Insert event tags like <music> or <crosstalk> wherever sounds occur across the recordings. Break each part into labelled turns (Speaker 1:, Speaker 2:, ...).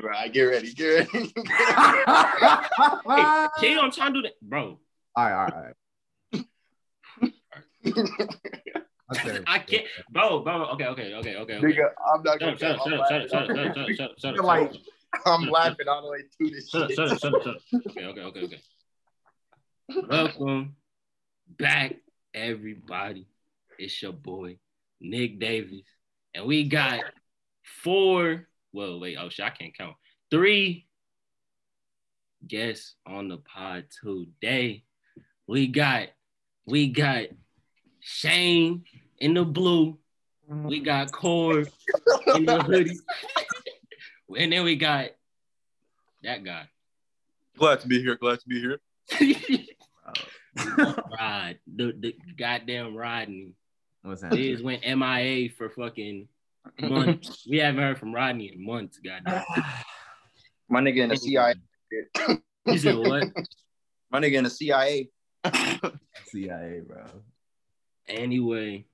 Speaker 1: bro. I get ready. Get ready.
Speaker 2: <laughs> all
Speaker 3: Hey,
Speaker 2: right,
Speaker 3: see, I'm trying to do that, bro.
Speaker 2: all right, all right. Okay.
Speaker 3: I can't, bro, bro. Okay, okay, okay, okay. okay.
Speaker 1: <laughs> Nigga, I'm not
Speaker 3: Shut
Speaker 1: gonna
Speaker 3: up, shut up, shut up, shut up, shut up, shut up, shut up, shut up, shut up, shut up, shut up,
Speaker 2: Like-
Speaker 1: I'm laughing all the way through this
Speaker 3: shut up,
Speaker 1: shit.
Speaker 3: shut up, shut up, shut up. Okay, okay, okay, okay. Welcome back, everybody. It's your boy Nick Davis, and we got four. Well, wait, oh shit, I can't count. Three guests on the pod today. We got, we got Shane in the blue. We got Cord in
Speaker 1: <laughs>
Speaker 3: the hoodie. and then we got that guy.
Speaker 4: Glad to be here. Glad to be here.
Speaker 3: <laughs> Rod. The, the goddamn Rodney.
Speaker 2: What's
Speaker 3: Liz
Speaker 2: happening?
Speaker 3: went MIA for fucking months. we haven't heard from Rodney in months, goddamn.
Speaker 2: <laughs>
Speaker 4: My nigga in
Speaker 1: the CIA. <coughs>
Speaker 3: You said what?
Speaker 4: My nigga in the CIA.
Speaker 2: CIA, bro.
Speaker 3: Anyway,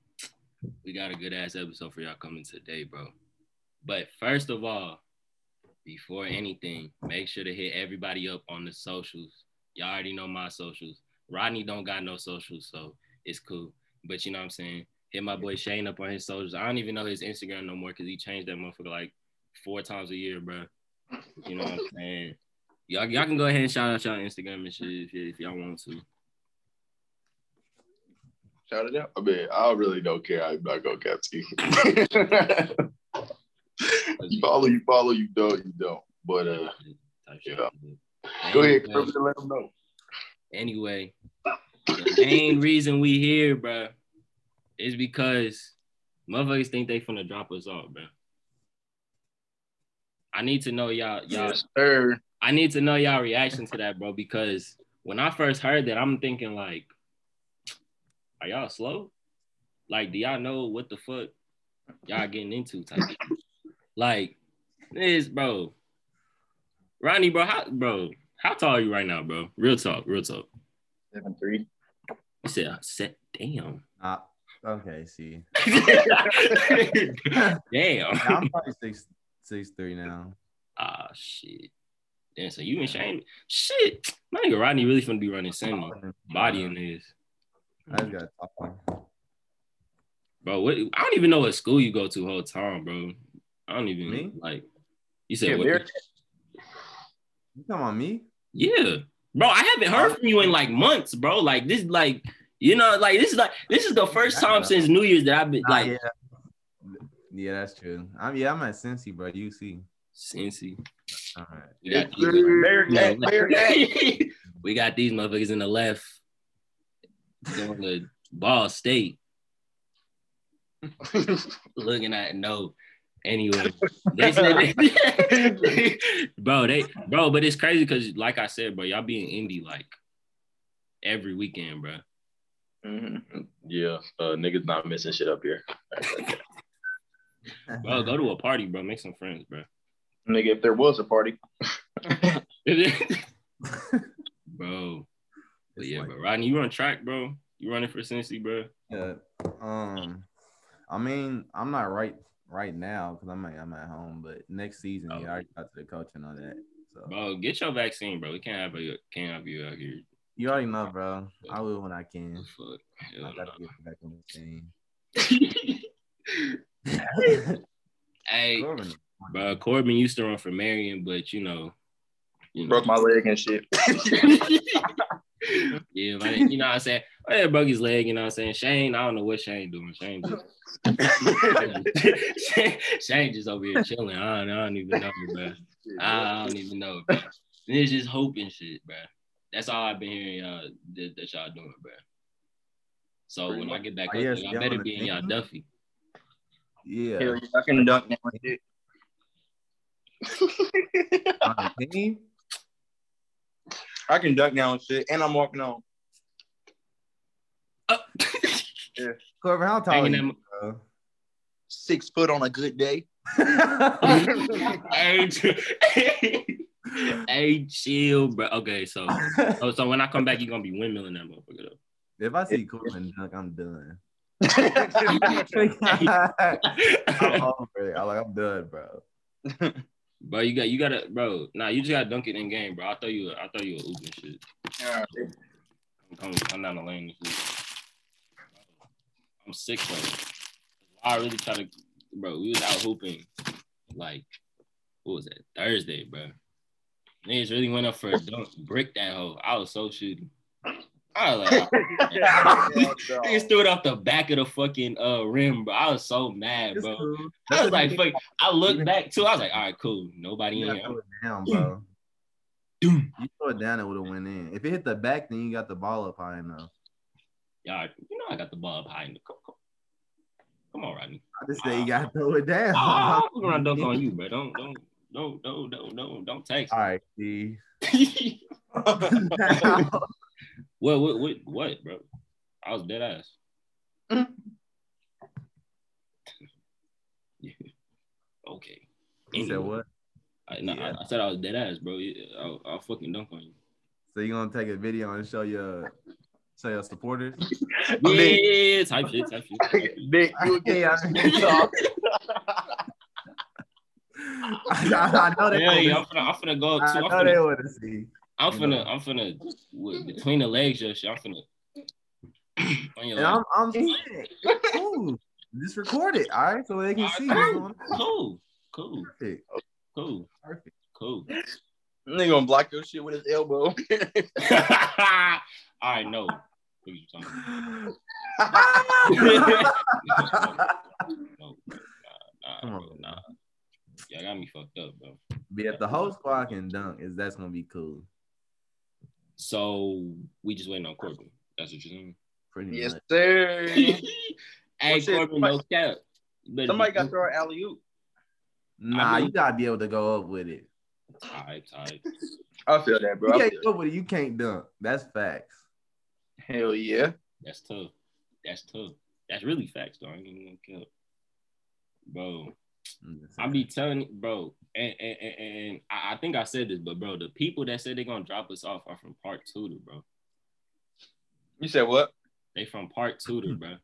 Speaker 3: we got a good ass episode for y'all coming today, bro. But first of all, before anything, make sure to hit everybody up on the socials. Y'all already know my socials. Rodney don't got no socials, so it's cool. But you know what I'm saying? Hit my boy Shane up on his socials. I don't even know his Instagram no more because he changed that motherfucker like four times a year, bro. You know what I'm saying? Y'all, y'all can go ahead and shout out y'all Instagram and shit if, y- if y'all want to.
Speaker 1: Shout it out. I mean, I really don't care. I'm not gonna cap to you.
Speaker 4: <laughs>
Speaker 1: you follow, you follow, you don't, you don't. But uh,
Speaker 3: Type shit.
Speaker 1: go ahead,
Speaker 3: Anyway.
Speaker 1: Kirby, and let them know.
Speaker 3: Anyway, the main reason we here, bruh, is because motherfuckers think they finna drop us off, bruh. I need to know y'all, y'all.
Speaker 1: Yes, sir.
Speaker 3: I need to know y'all reaction to that, bro, because when I first heard that, I'm thinking like, are y'all slow? Like, do y'all know what the fuck y'all getting into? Type, shit? like, this, bro. Ronnie, bro, how, bro, how tall are you right now, bro? Real talk, real talk.
Speaker 4: Seven
Speaker 1: <laughs>
Speaker 4: three.
Speaker 3: I said, I said, damn.
Speaker 2: Uh, okay, see.
Speaker 3: damn.
Speaker 2: Now, I'm probably six six three now.
Speaker 3: Ah, shit. Damn, so you and Shane, shit. My nigga Rodney really finna be running semi body in this.
Speaker 2: I just got talk.
Speaker 3: Bro, what, I don't even know what school you go to whole time, bro. I don't even
Speaker 2: Me?
Speaker 3: like. You said
Speaker 1: Yeah,
Speaker 3: what?
Speaker 1: Mary-
Speaker 2: You talking about me?
Speaker 3: Yeah, bro. I haven't heard from you in like months, bro. Like this, like you know, like this is like this is the first time since New Year's that I've been
Speaker 2: Nah,
Speaker 3: like
Speaker 2: yeah. yeah, that's true. I'm yeah, I'm at Cincy, bro. UC.
Speaker 3: Cincy.
Speaker 2: All right.
Speaker 3: We got,
Speaker 1: Yes,
Speaker 3: these,
Speaker 1: sir.
Speaker 3: Yeah.
Speaker 1: Bearcat.
Speaker 3: <laughs> we got these motherfuckers in the left going to Ball State. looking at no. Anyway, they said <laughs> bro, they bro, but it's crazy because like I said, bro, y'all be in Indy like every weekend, bro.
Speaker 4: Mm-hmm. Yeah, uh, niggas not missing shit up here.
Speaker 2: <laughs>
Speaker 3: Bro, go to a party, bro. Make some friends, bro. <laughs>
Speaker 4: Nigga, if there was a party,
Speaker 3: bro, but
Speaker 2: It's
Speaker 3: yeah,
Speaker 2: like-
Speaker 3: bro. Rodney, you on track, bro. You running for Cincy, bro.
Speaker 2: Yeah. Um, I mean, I'm not right right now because I'm at, I'm at home, but next season,
Speaker 3: Oh.
Speaker 2: yeah, I already talked to the coach and all that. So
Speaker 3: Bro, get your vaccine, bro. We can't have you can't have you out here.
Speaker 2: you already know, bro. I will when I can.
Speaker 3: Fuck.
Speaker 2: I
Speaker 3: Hell
Speaker 2: gotta get back on the team.
Speaker 3: no. <laughs> hey,
Speaker 2: Corbin.
Speaker 3: bro, Corbin used to run for Marion, but you know, you know. <laughs>
Speaker 4: broke my leg and <laughs> shit.
Speaker 3: yeah, but you know what I'm saying? Oh, yeah, broke his leg, you know what I'm saying? Shane, I don't know what Shane doing. Shane just, Shane, Shane just over here chilling. I don't, I don't even know, bro. I don't even know. Bro. It's just hope and shit, bro. That's all I've been hearing y'all that, that y'all doing, bro. So when I get back up,
Speaker 2: Oh, yes,
Speaker 3: y'all
Speaker 2: y'all
Speaker 3: better
Speaker 2: on the
Speaker 3: be in y'all
Speaker 2: team?
Speaker 3: Duffy.
Speaker 2: Yeah.
Speaker 4: Hell yeah, I can dunk now and shit.
Speaker 2: on the team?
Speaker 4: I can dunk now and shit, and I'm walking on.
Speaker 3: Uh,
Speaker 2: Corbin, how tall are
Speaker 3: hanging
Speaker 2: you,
Speaker 3: them.
Speaker 2: bro?
Speaker 4: Six foot on a good day. <laughs>
Speaker 3: <laughs> Hey, ch- hey, chill, bro. Okay, so oh, so when I come back, you gonna be windmilling that motherfucker. though.
Speaker 2: if I see Corbin dunk, I'm
Speaker 3: <laughs>
Speaker 2: done. I'm
Speaker 3: bro,
Speaker 2: <laughs> over it. I'm like, I'm done, bro.
Speaker 3: <laughs> Bro, you got you gotta bro. Nah, you just gotta dunk it in game, bro. I thought you a- I thought you a oop and shit.
Speaker 4: Yeah.
Speaker 3: I'm coming I'm down the lane this week. I'm sick bro. I really try to bro, we was out hooping like what was that? Thursday, bro. Niggas really went up for a dunk, brick that hoe. I was so shooting. I was like, <laughs>
Speaker 4: <laughs>
Speaker 3: niggas threw it off the back of the fucking uh rim, bro. I was so mad,
Speaker 2: It's
Speaker 3: bro.
Speaker 2: cool.
Speaker 3: I was like, fuck. I looked back too. I was like, all right, cool. Nobody
Speaker 2: You
Speaker 3: in
Speaker 2: gotta
Speaker 3: here.
Speaker 2: throw it down, bro.
Speaker 3: Doom.
Speaker 2: You throw it down, it would have went in. If it hit the back, then you got the ball up high enough.
Speaker 3: Y'all, you know I got the ball up high in the come, come. Come on, Rodney.
Speaker 2: I just say you gotta throw it <laughs> down.
Speaker 3: Ah, I'm gonna dunk on you, bro. Don't don't don't don't don't don't don't text.
Speaker 2: All right,
Speaker 3: <laughs>
Speaker 2: <laughs> D.
Speaker 3: me. what what what what, bro? I was dead ass. <laughs> okay.
Speaker 2: he said
Speaker 3: Anyway.
Speaker 2: what?
Speaker 3: I, no, I-
Speaker 2: Yeah.
Speaker 3: I, said I was dead ass, bro. Yeah, I'll, I'll fucking dunk
Speaker 2: <laughs>
Speaker 3: on you.
Speaker 2: So you gonna take a video and show your show your supporters?
Speaker 3: Yeah,
Speaker 4: mean-
Speaker 3: yeah, yeah, type shit, type shit. type shit.
Speaker 4: Nick, you
Speaker 2: <laughs>
Speaker 4: would get
Speaker 2: Yeah, I mean-
Speaker 4: off.
Speaker 2: <laughs> I, I know they
Speaker 3: Yeah, yeah, I'm
Speaker 2: would-
Speaker 3: finna, I'm finna go up
Speaker 2: I
Speaker 3: too. I'm
Speaker 2: know they
Speaker 3: finna,
Speaker 2: would have seen.
Speaker 3: I'm
Speaker 2: you know.
Speaker 3: finna, I'm finna, with, between the legs, your shit. I'm finna. <clears throat> on your
Speaker 2: And
Speaker 3: leg.
Speaker 2: I'm I'm saying it's cool. Just record it, all right, so they can see what's going on.
Speaker 3: Cool, cool, <laughs>
Speaker 2: Perfect.
Speaker 3: cool,
Speaker 2: Perfect.
Speaker 3: cool.
Speaker 4: Nigga gonna block your shit with his elbow.
Speaker 3: <laughs> All right, no. What you talking about? <laughs> No, bro, nah,
Speaker 2: Come on,
Speaker 3: nah, bro,
Speaker 2: man.
Speaker 3: nah. Y'all got me fucked up, bro.
Speaker 2: Be at the whole squad can dunk. Is that's gonna be cool?
Speaker 3: So we just waiting on Corbin. That's what you're saying.
Speaker 2: Pretty
Speaker 4: yes,
Speaker 2: much.
Speaker 4: sir.
Speaker 3: <laughs> hey,
Speaker 4: Well, shit,
Speaker 3: Corbin, no cap. You better
Speaker 4: Somebody
Speaker 3: be- <laughs>
Speaker 4: got to throw an alley oop.
Speaker 2: Nah,
Speaker 3: I
Speaker 2: you gotta be able to go up with it.
Speaker 3: Tight, tight.
Speaker 4: I feel that,
Speaker 2: You
Speaker 4: bro. I
Speaker 2: can't
Speaker 4: feel
Speaker 2: go up with it. You can't dunk. That's facts.
Speaker 4: that. Hell yeah.
Speaker 3: That's tough. That's tough. That's really facts, though. I ain't even gonna kill. Bro,
Speaker 2: I'm just
Speaker 3: I
Speaker 2: saying. <laughs>
Speaker 3: be telling you, bro, and and, and, and I, I think I said this, but bro, the people that said they're gonna drop us off are from Park Tudor, bro.
Speaker 4: You said what?
Speaker 3: They from Park
Speaker 2: Hmm.
Speaker 3: Tudor, bro.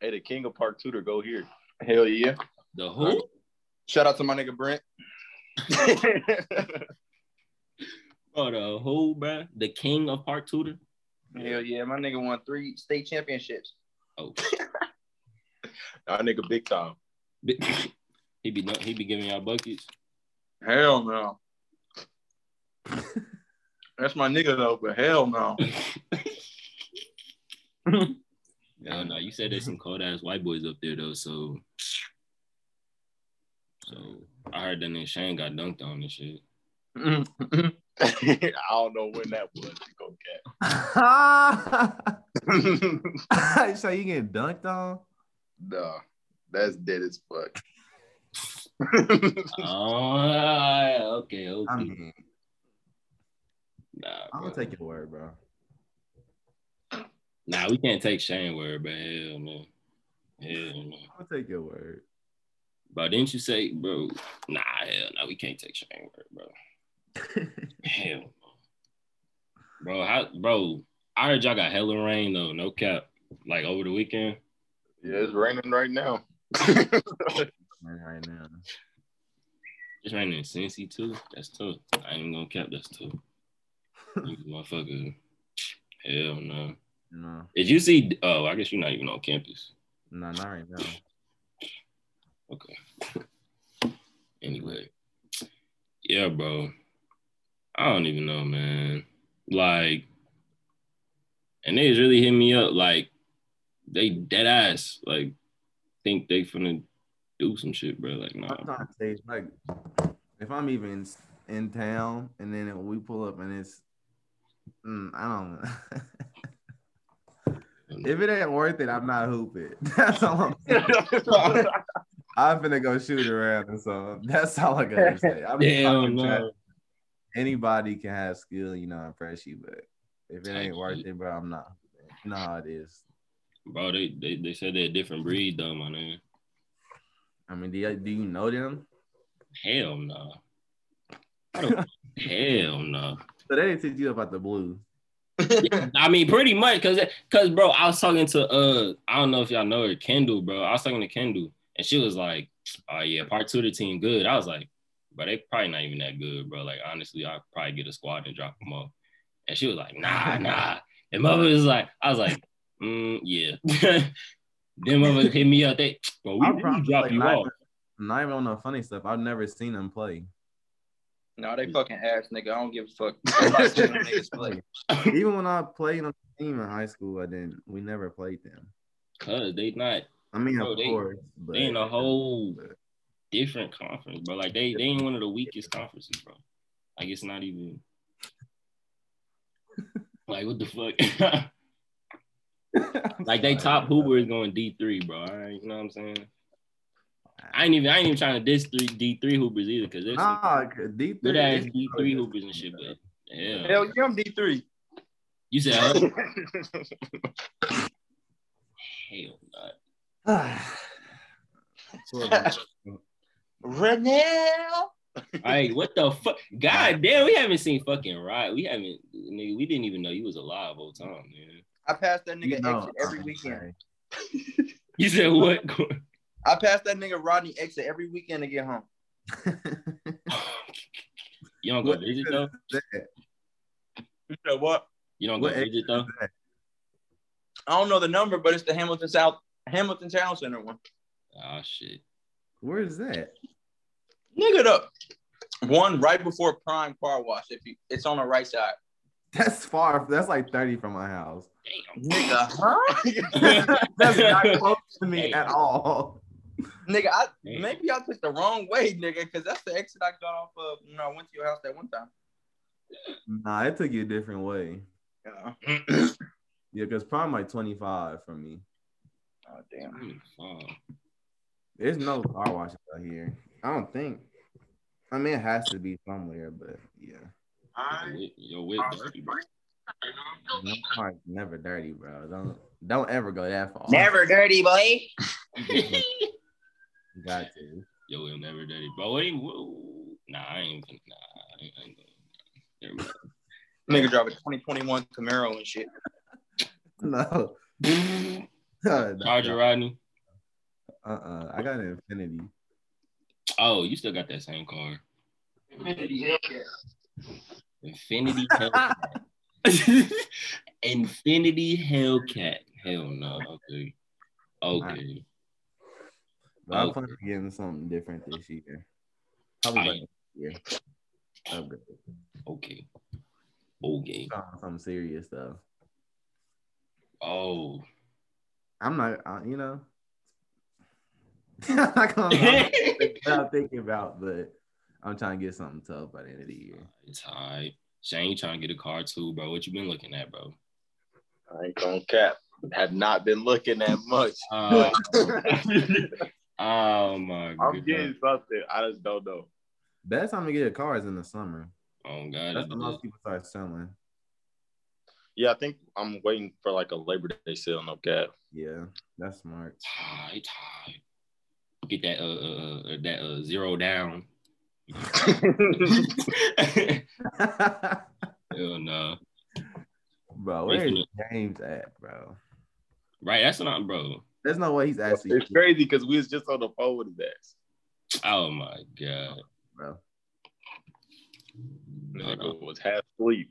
Speaker 1: Hey, the king of Park Tudor, go here.
Speaker 4: Hell yeah.
Speaker 3: The who?
Speaker 4: Shout out to my nigga Brent.
Speaker 3: Bro, the who, bro? The king of Park Tudor?
Speaker 4: Hell yeah. My nigga won three state championships. <laughs>
Speaker 3: Oh,
Speaker 1: Our nigga, big time.
Speaker 3: bi- <coughs> he be dun- he be giving
Speaker 2: <laughs>
Speaker 3: y'all buckets.
Speaker 4: Hell no. That's my nigga though, but hell <laughs> no.
Speaker 3: No, no, you said there's some cold ass white boys up there though, so. So I heard that nigga Shane got dunked on and shit.
Speaker 4: Mm-hmm.
Speaker 1: <laughs> I don't know when that was. Go cat.
Speaker 4: <laughs>
Speaker 2: so you getting dunked on?
Speaker 1: Nah, that's dead as fuck.
Speaker 3: Oh, okay, okay.
Speaker 2: I mean,
Speaker 3: nah,
Speaker 2: I'm
Speaker 3: bro.
Speaker 2: gonna take your word, bro.
Speaker 3: Nah, we can't take Shane word, bro. Hell no. Hell no.
Speaker 2: I'm gonna take your word.
Speaker 3: Bro, didn't you say, bro? Nah, hell no, we can't take Shane word, bro. Hell no. Bro, how bro, I heard y'all got hella rain though, no cap. Like over the weekend.
Speaker 1: Yeah, it's raining right now.
Speaker 4: <laughs>
Speaker 1: <laughs>
Speaker 2: Man, right now.
Speaker 3: It's raining in Cincy too. That's tough. I ain't gonna cap that's tough. Niggas, Motherfucker. Hell no.
Speaker 2: No,
Speaker 3: Did you see oh I guess you're not even on campus.
Speaker 2: no, not right now.
Speaker 3: Anyway. Yeah, bro. I don't even know, man. Like, and they just really hit me up. Like, they dead ass. Like, think they finna do some shit, bro. Like, nah.
Speaker 2: I'm trying to say, like, if I'm even in town and then we pull up and it's, mm, I don't know. <laughs> if it ain't worth it, I'm not hooping. <laughs> That's all I'm saying. I'm finna go shoot around and so that's all I gotta say. I'm just
Speaker 3: <laughs> Hell
Speaker 2: talking trash.
Speaker 3: no.
Speaker 2: Anybody can have skill, you know, impress you, but if it ain't
Speaker 3: Type
Speaker 2: worth
Speaker 3: shit.
Speaker 2: it, bro, I'm not. hooping. You know how it is.
Speaker 3: Bro, they, they, they said they're a different breed, though, my nigga.
Speaker 2: I mean, do you, do you know them?
Speaker 3: Hell no. I don't- Hell no.
Speaker 2: So they didn't teach you about the blue.
Speaker 3: I mean, pretty much, cause, cause, bro, I was talking to uh, I don't know if y'all know her, Kendall, bro. I was talking to Kendall, and she was like, "Oh yeah, part two of the team, good." I was like, but they probably not even that good, bro. Like honestly, I probably get a squad and drop them off. And she was like, nah, nah. And mother was like, I was like, mm, yeah. <laughs> them mother hit me up. They bro, we,
Speaker 2: I
Speaker 3: we
Speaker 2: probably,
Speaker 3: drop
Speaker 2: like,
Speaker 3: you
Speaker 2: not-
Speaker 3: off.
Speaker 2: Not even on the funny stuff. I've never seen them play.
Speaker 4: No, they fucking ass nigga. I don't give a
Speaker 1: <laughs>
Speaker 4: fuck. Nobody seen them niggas play.
Speaker 3: <laughs>
Speaker 2: even when I played on the team in high school, I didn't. We never played them.
Speaker 3: Cause they not
Speaker 2: I mean,
Speaker 3: Bro,
Speaker 2: of
Speaker 3: they-
Speaker 2: course, but
Speaker 3: they
Speaker 2: <laughs>
Speaker 3: in a whole different conference, bro. Like they they in one of the weakest conferences, bro. Like it's not even like what the fuck. <laughs> like they top Hoover is going D three, bro. All right, you know what I'm saying. I ain't even I ain't even trying to diss three D three hoopers either because there's some
Speaker 2: <laughs> Nah, D
Speaker 3: good ass D
Speaker 2: three.
Speaker 3: three hoopers and shit. But yeah,
Speaker 4: Hell yeah, I'm D <laughs> three.
Speaker 3: you said oh, huh? hell nah.
Speaker 2: <sighs>
Speaker 3: <laughs>
Speaker 4: Renell.
Speaker 3: All right, what the fuck? God damn, we haven't seen fucking Rod. We haven't, nigga, we didn't even know you was alive all time, man.
Speaker 4: I pass that nigga exit every weekend.
Speaker 3: You said what?
Speaker 4: I pass that nigga Rodney exit every weekend to get home.
Speaker 3: <laughs> you don't go
Speaker 2: What
Speaker 3: visit
Speaker 2: is
Speaker 3: though.
Speaker 2: that?
Speaker 4: You know what?
Speaker 3: You don't go
Speaker 2: What
Speaker 3: visit though.
Speaker 4: I don't know the number, but it's the Hamilton South Hamilton Town Center one.
Speaker 3: Oh shit.
Speaker 2: Where is that? <laughs>
Speaker 4: Nigga it up. One right before prime car wash. If you it's on the right side.
Speaker 2: That's far. That's like thirty from my house.
Speaker 4: Nigga, huh? <laughs>
Speaker 3: <laughs>
Speaker 2: That's not close to me
Speaker 3: Hey.
Speaker 2: at all.
Speaker 4: nigga, I
Speaker 3: Damn.
Speaker 4: maybe I took the wrong way, nigga, because that's the exit I got off of. You know, I went to your house that one time.
Speaker 2: Nah, it took you a different way.
Speaker 4: Yeah.
Speaker 2: Yeah, because prime like twenty five from me.
Speaker 4: Oh damn.
Speaker 3: Damn. Fuck.
Speaker 2: There's no car washes out here. I don't think. I mean, it has to be somewhere, but yeah.
Speaker 3: Your whip- Your whip dirty, bro.
Speaker 2: My car's never dirty, bro. Don't don't ever go that far.
Speaker 4: dirty boy.
Speaker 2: <laughs> You Got to.
Speaker 3: Your whip never dirty, bro. What even, whoa. Nah, I ain't. even- Nah, I ain't, I ain't going. Never mind.
Speaker 4: Nigga drive a 2021 Camaro and shit.
Speaker 2: No. <laughs> uh
Speaker 3: Charger Rodney.
Speaker 2: uh I got an infinity.
Speaker 3: Oh, you still got that same car.
Speaker 2: <laughs>
Speaker 3: Infinity Hellcat. Infinity Hellcat. Hell no. Okay. Okay.
Speaker 2: But I'm
Speaker 3: Okay.
Speaker 2: planning on getting something different this year. Probably
Speaker 3: I-
Speaker 2: like next year. Upgrade.
Speaker 3: Okay. Okay.
Speaker 2: Something- Something serious though. <laughs>
Speaker 3: Oh. <laughs>
Speaker 2: I'm not I, you know. <laughs> I'm not gonna I'm
Speaker 3: it's
Speaker 2: not thinking about, but I'm trying to get something tough by the end of the year.
Speaker 3: all right. Shane, you trying to get a car too, bro. What you been looking at, bro?
Speaker 1: <laughs> I ain't gonna cap. Have not been looking that much.
Speaker 3: Uh, oh my
Speaker 1: I'm
Speaker 3: god.
Speaker 1: getting something. I just don't know.
Speaker 2: Best time to get a car is in the summer.
Speaker 3: Oh god.
Speaker 2: That's
Speaker 3: it
Speaker 2: when
Speaker 3: is.
Speaker 2: most people start selling.
Speaker 1: Yeah, I think I'm waiting for like a Labor Day sale. No cap.
Speaker 2: Yeah, that's smart. <laughs>
Speaker 3: Tie, tie. Get that uh, uh uh, that uh zero
Speaker 1: <laughs>
Speaker 3: down. Hell no.
Speaker 2: bro, where is James at, bro?
Speaker 3: Right, that's not bro.
Speaker 2: There's no way he's actually
Speaker 1: It's crazy because we was just on the phone with his ass.
Speaker 3: Oh my god.
Speaker 2: bro.
Speaker 1: Nigga was half asleep.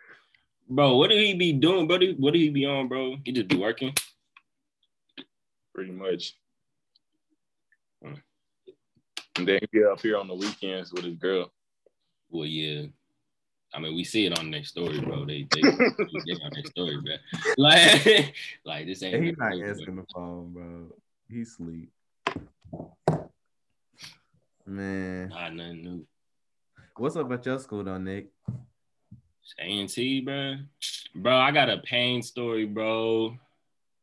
Speaker 3: <laughs> Bro, what did he be doing, bro? What did he be on, bro? He just be working.
Speaker 1: pretty much. And then he'd be up here on the weekends with his girl.
Speaker 3: Well, yeah. I mean, we see it on their story, bro. They they, they on their story, bro. <laughs> Like, <laughs> like this ain't.
Speaker 2: And he's not
Speaker 3: nothing, bro.
Speaker 2: answering the phone, bro. He sleep. Man,
Speaker 3: Nah, nothing new.
Speaker 2: what's up at your school though, Nick?
Speaker 3: A and T, bro. Bro, I got a pain story, bro.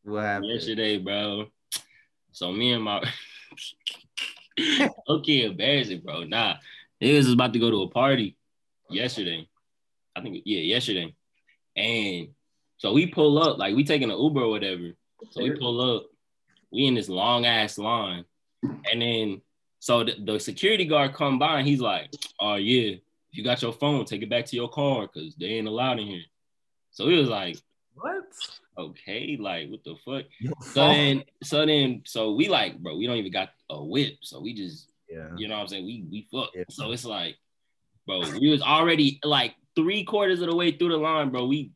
Speaker 2: What happened?
Speaker 3: yesterday, bro. So me and my <laughs> okay, embarrassing, bro. Nah, niggas was about to go to a party yesterday. I think yeah, yesterday. And so we pull up, like we taking an Uber or whatever. So we pull up, we in this long ass line, and then so the, the security guard come by and he's like, "Oh yeah, if you got your phone, take it back to your car because they ain't allowed in here." So we was like,
Speaker 2: What?
Speaker 3: "Okay, like what the fuck?"
Speaker 2: Your
Speaker 3: So
Speaker 2: phone?
Speaker 3: then, so then, so we like, bro, we don't even got a whip, so we just
Speaker 2: Yeah.
Speaker 3: You know what I'm saying? We we fucked.
Speaker 2: Yeah.
Speaker 3: So it's like, bro, we was already like three quarters of the way through the line, bro. We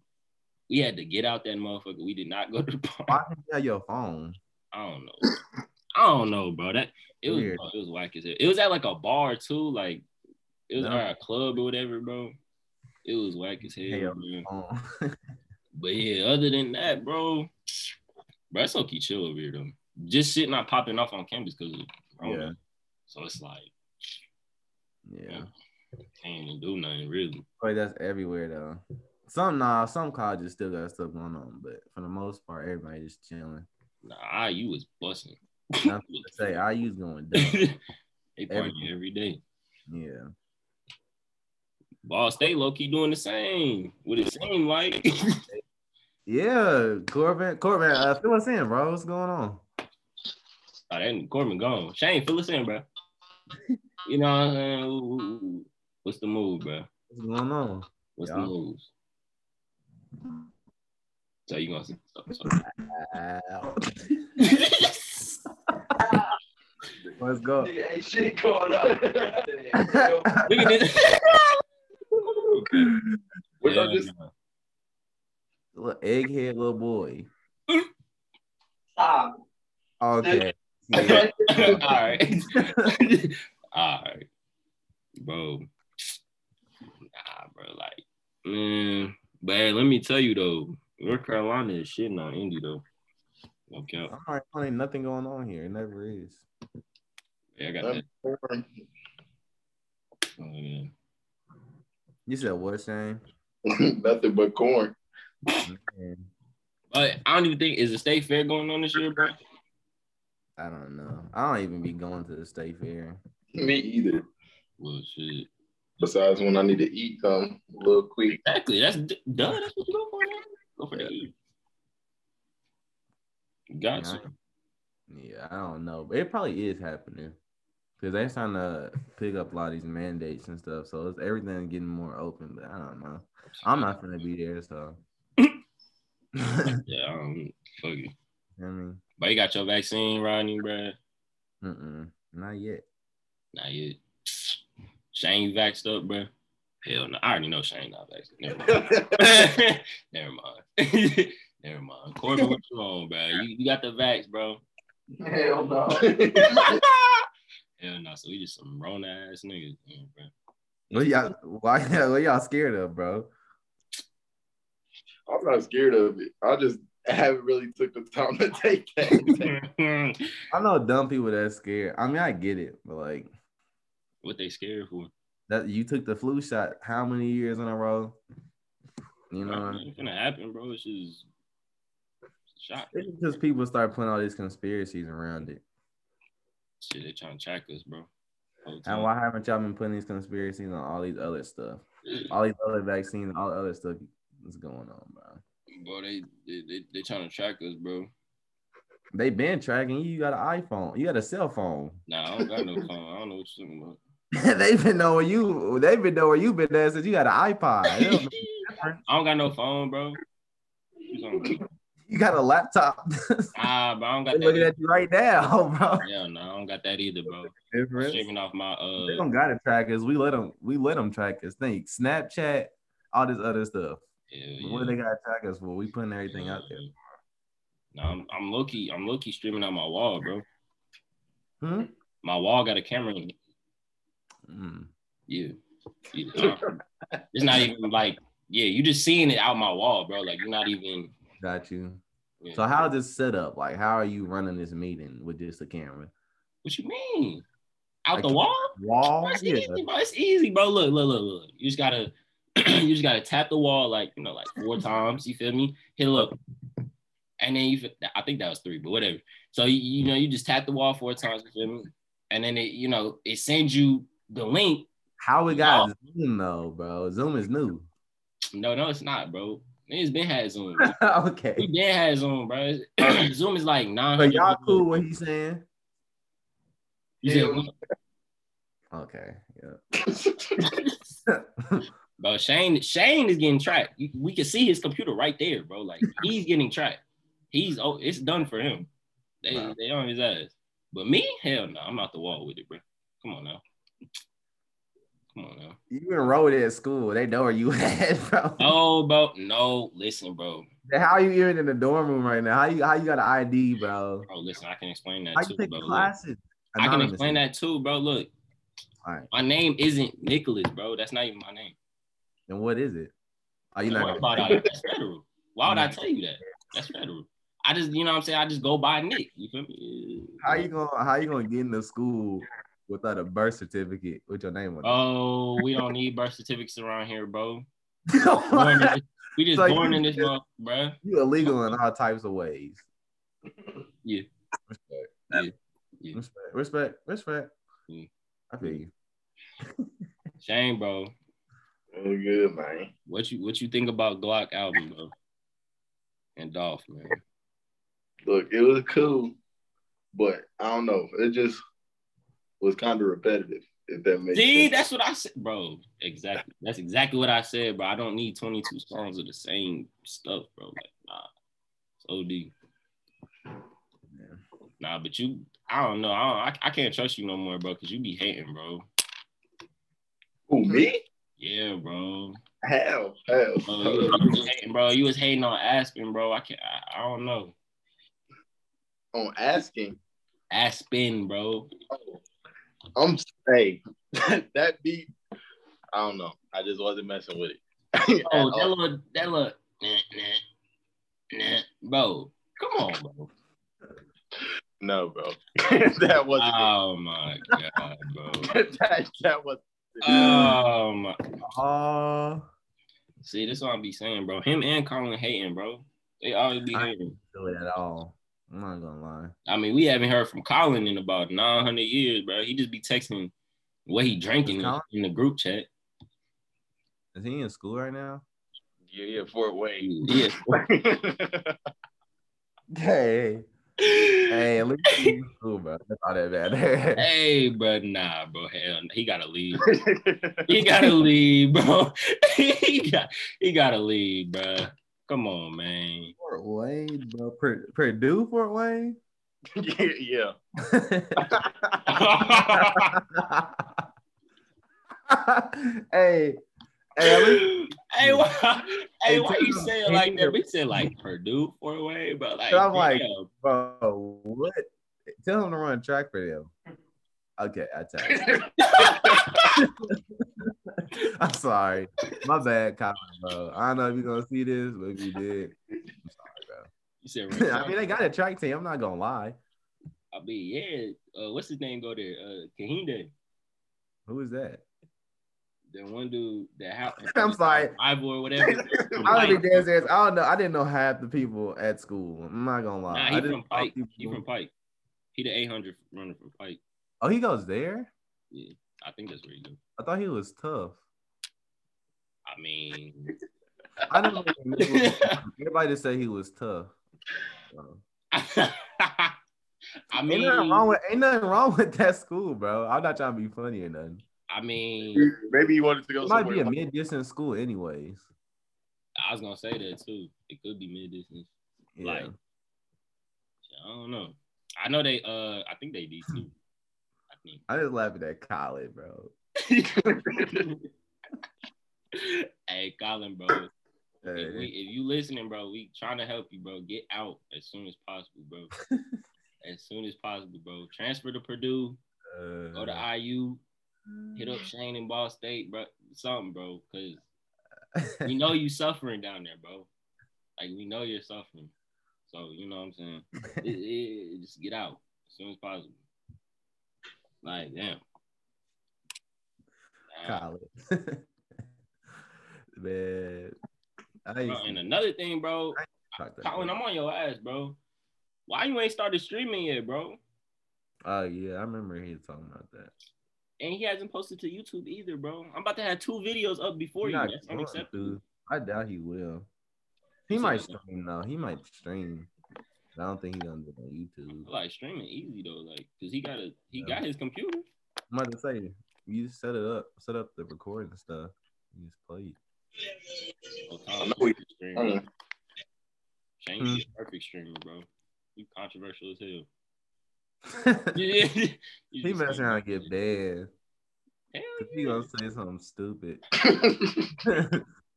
Speaker 3: we had to get out that motherfucker. We did not go to the
Speaker 2: Why
Speaker 3: park.
Speaker 2: didn't you have your phone?
Speaker 3: I don't know. bro. I don't know, bro. That it was
Speaker 2: Weird.
Speaker 3: bro, it was whack as hell. It was at like a bar too, like it was
Speaker 2: No.
Speaker 3: at a club or whatever, bro. It was whack as hell,
Speaker 2: Hell.
Speaker 3: man.
Speaker 2: Phone. <laughs>
Speaker 3: But yeah, other than that, bro, bro, it's okay chill over here though. Just shit not popping off on campus because
Speaker 2: Yeah.
Speaker 3: So it's like
Speaker 2: yeah.
Speaker 3: can't even do nothing really.
Speaker 2: But that's everywhere though. Some nah, some colleges still got stuff going on, but for the most part, everybody just chilling.
Speaker 3: Nah, IU was
Speaker 2: <laughs>
Speaker 3: busting.
Speaker 2: Nothing to say. I use going down.
Speaker 3: they party
Speaker 2: Everything.
Speaker 3: every day.
Speaker 2: Yeah.
Speaker 3: Ball State low key doing the same. What it seem
Speaker 2: <laughs>
Speaker 3: like.
Speaker 2: Yeah, Corbin, Corbin, uh, fill us in, bro. What's going on?
Speaker 3: Oh, that Corbin gone. Shane, fill us in, bro. You know what I'm saying? Ooh, ooh, ooh. What's the move, bro?
Speaker 2: What's going <laughs> on?
Speaker 3: What's the
Speaker 2: Yeah.
Speaker 3: moves? So you gonna so,
Speaker 2: Ow.
Speaker 3: so.
Speaker 2: Let's go. <laughs>
Speaker 4: Nigga, ain't shit going on.
Speaker 1: <laughs>
Speaker 3: Look at this.
Speaker 4: We're
Speaker 3: Yeah,
Speaker 4: not just
Speaker 3: nah.
Speaker 2: Little egghead little boy.
Speaker 4: ah.
Speaker 2: Okay. Yeah.
Speaker 3: All right. <laughs> All right. Bro. Nah, bro. Like, man. But hey, let me tell you though, North Carolina is shitting on Indy though. No cap.
Speaker 2: All right, ain't nothing going on here. It never is.
Speaker 3: Yeah, I got that.
Speaker 1: That's boring.
Speaker 3: Oh, yeah.
Speaker 2: You said what, Shane?
Speaker 1: <laughs> Nothing but corn.
Speaker 2: Man,
Speaker 3: But I don't even think is the state fair going on this year, bro.
Speaker 2: I don't know. I don't even be going to the state fair.
Speaker 1: Me either.
Speaker 3: Well, shit.
Speaker 1: Besides, when I need to eat some a little <laughs> quick.
Speaker 3: Exactly. That's d- duh. That's what you go for. Man. Go for the E. Gotcha.
Speaker 2: Yeah, I don't know. But it probably is happening. Because they're trying to pick up a lot of these mandates and stuff. So it's everything getting more open, but I don't know. I'm not gonna be there, <coughs> so I
Speaker 3: Yeah. I don't fuck you.
Speaker 2: mean,
Speaker 3: But you got your vaccine, Rodney, bro.
Speaker 2: mm-mm, not yet.
Speaker 3: Not yet. Shane, you vaxxed up, bro? Hell no. I already know Shane not vaxxed.
Speaker 2: <laughs>
Speaker 3: Never mind. <laughs> Never mind. <laughs> Never mind. Corbin, what you on, bro? You, you got the vax, bro.
Speaker 4: Hell no.
Speaker 3: Hell no. So we just some grown ass niggas, man, bro.
Speaker 2: What y'all why <laughs> what y'all scared of, bro?
Speaker 1: <laughs> I'm not scared of it. I just haven't really took the time to take <laughs> that.
Speaker 2: I know dumb people that's scared. I mean, I get it, but like
Speaker 3: what they scared for?
Speaker 2: that you took the flu shot how many years in a row? You know, what I
Speaker 3: Bro, it
Speaker 2: mean?
Speaker 3: ain't gonna happen, bro. It's just shot.
Speaker 2: it's because people start putting all these conspiracies around it.
Speaker 3: Shit, they trying to track us, bro. Whole
Speaker 2: And
Speaker 3: time.
Speaker 2: why haven't y'all been putting these conspiracies on all these other stuff? All these other vaccines, all the other stuff that's going on, bro.
Speaker 3: Bro, they they, they, they trying to track us, bro.
Speaker 2: They've been tracking you. You got an iPhone. You got a cell phone. <laughs>
Speaker 3: Nah, I don't got no phone. I don't know what you're talking about.
Speaker 2: they've been knowing you. They've been knowing you've been there since you got an iPod. They don't-
Speaker 3: I don't got no phone, bro. You talking about-
Speaker 2: you got a laptop. <laughs>
Speaker 3: Ah, bro, I don't
Speaker 2: They're
Speaker 3: got that.
Speaker 2: looking at you right now, <laughs> bro.
Speaker 3: either. Yeah, no, I don't got that either, bro. I'm
Speaker 2: Difference.
Speaker 3: streaming off my
Speaker 2: They
Speaker 3: uh,
Speaker 2: don't got to track us. We let them. We let them track us. Think Snapchat, all this other stuff.
Speaker 3: yeah,
Speaker 2: What
Speaker 3: yeah,
Speaker 2: they got to track us for? We putting everything out there.
Speaker 3: No, I'm I'm low key, I'm low key streaming on my wall, bro.
Speaker 2: Hmm?
Speaker 3: My wall got a camera in it.
Speaker 2: Mm.
Speaker 3: Yeah.
Speaker 2: <laughs>
Speaker 3: yeah. it's not even like, yeah, you just seeing it out my wall, bro. Like you're not even.
Speaker 2: Got you.
Speaker 3: yeah.
Speaker 2: So how is this set up? Like, how are you running this meeting with just a camera?
Speaker 3: What you mean? Out
Speaker 2: Like
Speaker 3: the
Speaker 2: you-
Speaker 3: wall?
Speaker 2: Wall?
Speaker 3: Bro, it's
Speaker 2: Yeah.
Speaker 3: easy, bro. It's easy, bro. Look, look, look, look. You just gotta, <clears throat> you just gotta tap the wall like you know, like four times. You feel me? Hit a little, and then you. Feel, I think that was three, but whatever. So you, you know, you just tap the wall four times. You feel me? And then it, you know, it sends you the link.
Speaker 2: How we got Zoom though, bro? Zoom is
Speaker 3: <laughs>
Speaker 2: new. <laughs>
Speaker 3: No, no, it's not, bro. It's been had Zoom. We
Speaker 2: okay.
Speaker 3: been had Zoom, bro. <clears throat> Zoom is like nine.
Speaker 2: But y'all cool what he's saying?
Speaker 3: You said what?
Speaker 2: Okay. Yeah.
Speaker 3: Bro, Shane, Shane is getting tracked. You- We can see his computer right there, bro. Like he's getting tracked. He's oh, it's done for him. They
Speaker 2: Wow.
Speaker 3: they on his ass. But me, hell no, I'm out the wall with it, bro. Come on now. Come on now.
Speaker 2: You enrolled at school. They know where you <laughs> at, bro.
Speaker 3: No, Oh, bro. No, listen, bro.
Speaker 2: How you even in the dorm room right now? How you how you got an ID, bro?
Speaker 3: Bro, listen, I can explain that
Speaker 2: How
Speaker 3: too,
Speaker 2: you take
Speaker 3: bro. Look,
Speaker 2: classes?
Speaker 3: I can explain that too, bro. Look,
Speaker 2: All right.
Speaker 3: my name isn't Nicholas, bro. That's not even my name.
Speaker 2: And what is it? Are you
Speaker 3: Don't worry
Speaker 2: not
Speaker 3: about
Speaker 2: gonna
Speaker 3: all that. That's federal. Why would I
Speaker 2: Mm.
Speaker 3: tell you that? That's federal. I just, you know what I'm saying? I just go by Nick. You feel me?
Speaker 2: <laughs> how you gonna how you gonna get into school without a birth certificate with your name on
Speaker 3: Oh, we don't need birth certificates around
Speaker 2: <laughs>
Speaker 3: here, bro.
Speaker 2: it?
Speaker 3: Born in this- we just
Speaker 2: So you
Speaker 3: born in this
Speaker 2: just-
Speaker 3: month, bro.
Speaker 2: you illegal in all types of ways.
Speaker 3: Yeah.
Speaker 2: Respect.
Speaker 3: Yeah. Yeah.
Speaker 2: Respect. Respect. Respect.
Speaker 3: Mm.
Speaker 2: I feel you.
Speaker 3: Shame, bro.
Speaker 1: Oh, good, man.
Speaker 3: What you what you think about Glock album, bro? And Dolph, man.
Speaker 1: Look, it was cool, but I don't know. It just was kind of repetitive, if that makes
Speaker 3: See,
Speaker 1: sense.
Speaker 3: that's what I said, bro. Exactly. That's exactly what I said, bro. I don't need 22 songs of the same stuff, bro. Like, nah. It's OD.
Speaker 2: Yeah.
Speaker 3: Nah, but you, I don't know. I, don't, I, I can't trust you no more, bro, because you be hating, bro.
Speaker 1: Who, me?
Speaker 3: Yeah, bro.
Speaker 1: How? How?
Speaker 3: Bro, you, you was hating, bro. You was hating on Aspen, bro. I can't, I, I don't know.
Speaker 1: On asking.
Speaker 3: Aspen, bro.
Speaker 1: I'm hey, <laughs> that beat. I don't know. I just wasn't messing with it. <laughs> At
Speaker 3: Oh, that
Speaker 1: all.
Speaker 3: look, that look, nah, nah, nah. bro. Come on, bro.
Speaker 1: no, bro. <laughs> that was
Speaker 3: Oh my god, bro.
Speaker 1: <laughs> that, that was.
Speaker 3: Oh my.
Speaker 2: Oh,
Speaker 3: See, this what I be saying, bro. Him and Colin hating, bro. They always be hating.
Speaker 2: do it at all. I'm not gonna lie.
Speaker 3: I mean, we haven't heard from Colin in about 900 years, bro. He just be texting what he drinking
Speaker 2: Who's
Speaker 3: in,
Speaker 2: Colin?
Speaker 3: in the group chat.
Speaker 2: Is he in school right now?
Speaker 1: yeah, yeah, Fort Wayne.
Speaker 3: Yeah.
Speaker 2: Hey, hey, look at you in school, bro. That's all that matters.
Speaker 3: Hey, bro, nah, bro. Hell, he gotta leave. He gotta leave, bro. <laughs> he got, he gotta leave, bro. Come on, man.
Speaker 2: Fort Wayne, bro. Pur- Purdue, Fort Wayne.
Speaker 1: <laughs>
Speaker 2: <laughs>
Speaker 1: yeah,
Speaker 2: hey, hey, look-
Speaker 3: <laughs> hey, why, hey,
Speaker 2: Hey,
Speaker 3: why you
Speaker 2: Tim,
Speaker 3: say it
Speaker 2: hey,
Speaker 3: like that?
Speaker 2: Tim.
Speaker 3: We said like Purdue for a way, but like,
Speaker 2: I'm like-
Speaker 3: damn.
Speaker 2: bro. What? Tell him to run track for them. Okay, I tell you. <laughs> I'm sorry. My bad, Colin, bro. I don't know if you're gonna see this, but if you did, I'm sorry,
Speaker 3: you said
Speaker 2: bro. <laughs> I mean, they got a track team. I'm not gonna lie.
Speaker 3: I mean, yeah. Uh, what's his name? Go there, uh, Kahinde,
Speaker 2: Who is that?
Speaker 3: the one dude that how
Speaker 2: <laughs> I'm sorry. <laughs>
Speaker 3: Ivor or whatever. From
Speaker 2: I
Speaker 3: Pike.
Speaker 2: would be dead serious. I don't know. I didn't know half the people at school. I'm not gonna lie.
Speaker 3: Nah,
Speaker 2: I
Speaker 3: he
Speaker 2: didn't
Speaker 3: from
Speaker 2: know
Speaker 3: Pike.
Speaker 2: people-
Speaker 3: He from Pike. He the 800 runner from Pike.
Speaker 2: oh, he goes there.
Speaker 3: I think that's where he go.
Speaker 2: I thought he was tough.
Speaker 3: I
Speaker 2: <laughs>
Speaker 3: mean, <laughs>
Speaker 2: I didn't. know he was- Everybody just said he was
Speaker 3: <laughs>
Speaker 2: tough. So,
Speaker 3: I
Speaker 2: ain't
Speaker 3: mean,
Speaker 2: nothing wrong with ain't nothing wrong with that school, bro. I'm not trying to be funny or nothing.
Speaker 3: I mean,
Speaker 1: maybe you wanted to go
Speaker 2: It might be
Speaker 1: somewhere.
Speaker 2: a mid distance school, anyways.
Speaker 3: I was gonna say that too. It could be mid distance.
Speaker 2: Yeah.
Speaker 3: Like- I don't know. I know they. Uh, I think they DC. I think.
Speaker 2: I just laughing at Colin, bro.
Speaker 3: hey, Colin, bro. If,
Speaker 2: Hey,
Speaker 3: we, if you listening, bro, we trying to help you, bro. Get out as soon as possible, bro. as soon as possible, bro. Transfer to Purdue. Go
Speaker 2: uh, <laughs>
Speaker 3: to IU. Hit up Shane and Ball State, bro. Something, bro, because we know you suffering down there, bro. Like we know you're suffering. So you know what I'm saying.
Speaker 2: <laughs>
Speaker 3: It- it- it- just get out as soon as possible. Like damn. Nah.
Speaker 2: Colin. <laughs> Man. I
Speaker 3: Bro,
Speaker 2: ain't
Speaker 3: and another thing, bro,
Speaker 2: talk that
Speaker 3: Colin,
Speaker 2: much.
Speaker 3: I'm on your ass, bro. Why you ain't started streaming yet, bro?
Speaker 2: Oh yeah, I remember he was talking about that.
Speaker 3: And he hasn't posted to YouTube either, bro. I'm about to have two videos up before
Speaker 2: He
Speaker 3: you.
Speaker 2: not
Speaker 3: That's
Speaker 2: going
Speaker 3: unacceptable.
Speaker 2: to. I doubt he will.
Speaker 3: He
Speaker 2: He
Speaker 3: said
Speaker 2: might
Speaker 3: he will.
Speaker 2: stream though. He might stream. I don't think he's gonna do it on YouTube.
Speaker 3: I Like streaming easy though, like cause he got a he
Speaker 2: Yeah.
Speaker 3: got his computer.
Speaker 2: I'm about to say you just set it up, set up the recording stuff. You just play it.
Speaker 3: Oh,
Speaker 1: I
Speaker 3: Colin,
Speaker 1: know he-
Speaker 3: stream,
Speaker 1: I
Speaker 3: bro.
Speaker 1: mean,
Speaker 3: Shane,
Speaker 2: Hmm.
Speaker 3: you a perfect streamer, bro. You controversial as hell. <laughs> Yeah. You
Speaker 2: <laughs> he
Speaker 3: just
Speaker 2: messing
Speaker 3: keep-
Speaker 2: around and get bad.
Speaker 3: Hell
Speaker 2: He
Speaker 3: yeah.
Speaker 2: gonna say something stupid.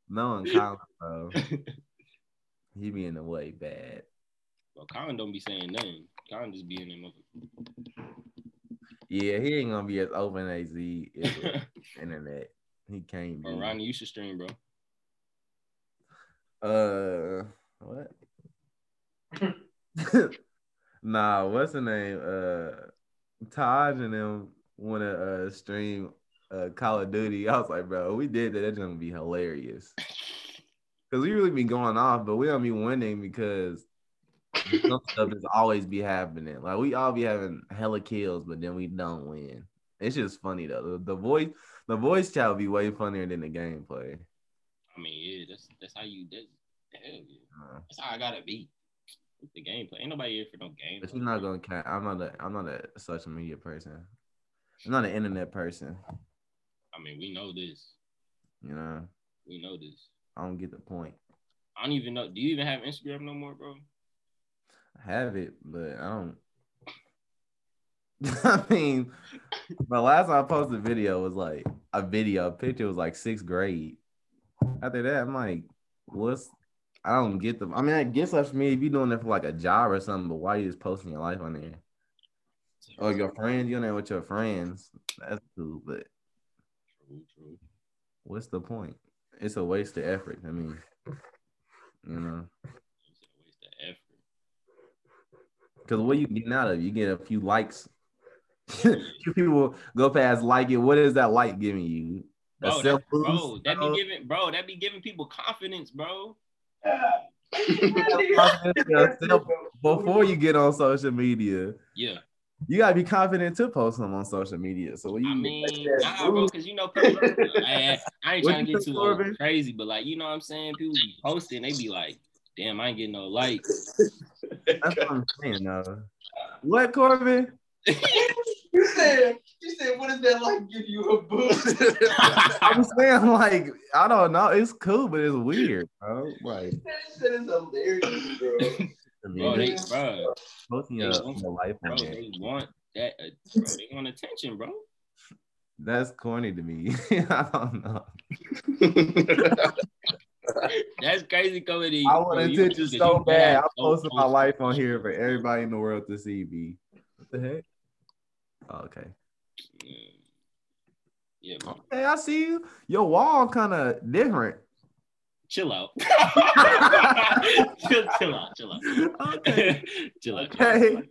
Speaker 2: no, in Colin, bro, he be in the way bad.
Speaker 3: Well, Colin don't be saying nothing. Colin just be in the
Speaker 2: Yeah, he ain't gonna be as open as he is with
Speaker 3: mother.
Speaker 2: the internet. He can't be.
Speaker 3: <laughs> Bro, Ronnie, you should stream, bro.
Speaker 2: Uh, what? <laughs> nah, what's the name? Uh, Taj and them want to uh, stream uh, Call of Duty. I was like, bro, we did that. That's gonna be hilarious. Cause we really be going off, but we don't be winning because some <laughs> stuff just always be happening. Like we all be having hella kills, but then we don't win. It's just funny though. The, the voice, the voice chat would be way funnier than the gameplay.
Speaker 3: I mean, yeah, that's that's how you that's hell yeah.
Speaker 2: Uh,
Speaker 3: That's how I gotta be. With the gameplay. Ain't nobody here for no game.
Speaker 2: But you're not gonna count. I'm not a I'm not a social media person. I'm not an internet person.
Speaker 3: I mean, we know this.
Speaker 2: You know,
Speaker 3: We know this.
Speaker 2: I don't get the point.
Speaker 3: I don't even know. Do you even have Instagram no more, bro?
Speaker 2: I have it, but I don't. <laughs> I mean, the last time I posted a video was like a video, a picture was like sixth grade. After that, I'm like, what's I don't get the I mean, I guess that's me if you're doing it for like a job or something, but why you just posting your life on there? Or your friends, you're on there with your friends. That's cool, but
Speaker 3: True, true.
Speaker 2: what's the point? It's a waste of effort. I mean, you know,
Speaker 3: It's a waste of effort.
Speaker 2: because what you getting out of it? you get a few likes. <laughs> few people go past like it. What is that like giving you? A
Speaker 3: Bro, that,
Speaker 2: self-boost?
Speaker 3: bro, that be giving bro, that be giving people confidence, bro.
Speaker 2: Oh, <laughs> Self- Before you get on social media,
Speaker 3: Yeah.
Speaker 2: you gotta be confident to post them on social media. So what you
Speaker 3: I mean,
Speaker 1: that
Speaker 3: nah, bro, because you know, people,
Speaker 2: <laughs>
Speaker 3: I, I ain't
Speaker 2: What
Speaker 3: trying to
Speaker 2: you
Speaker 3: get
Speaker 2: say,
Speaker 3: too
Speaker 2: Corbin?
Speaker 3: old, crazy, but like, you know what I'm saying? People be posting, they be like, damn, I ain't getting no likes. <laughs>
Speaker 2: that's what I'm saying though. What Corbin?
Speaker 4: <laughs>
Speaker 2: <laughs>
Speaker 4: You said, you said, what does that like give you a boost? <laughs>
Speaker 2: I'm saying like I don't know. It's cool, but it's weird, bro. Like
Speaker 4: shit is hilarious, bro.
Speaker 2: I
Speaker 3: Bro,
Speaker 2: mean,
Speaker 3: they, bro,
Speaker 2: posting your, your life
Speaker 3: bro,
Speaker 2: on there.
Speaker 3: they want that, uh, bro, they want attention, bro.
Speaker 2: That's corny to me. <laughs> I don't know.
Speaker 1: <laughs>
Speaker 3: That's crazy comedy.
Speaker 2: I want attention so bad. I'm posting my
Speaker 3: life.
Speaker 2: life on here for everybody in the world to see me. What the heck? Oh, okay.
Speaker 3: Yeah, bro.
Speaker 2: Okay, I see you. Your wall kind of different. <laughs>
Speaker 3: Chill out. <laughs> chill, chill out, chill out.
Speaker 2: okay.
Speaker 3: <laughs>
Speaker 2: <laughs>
Speaker 3: chill out, chill out.
Speaker 2: Okay.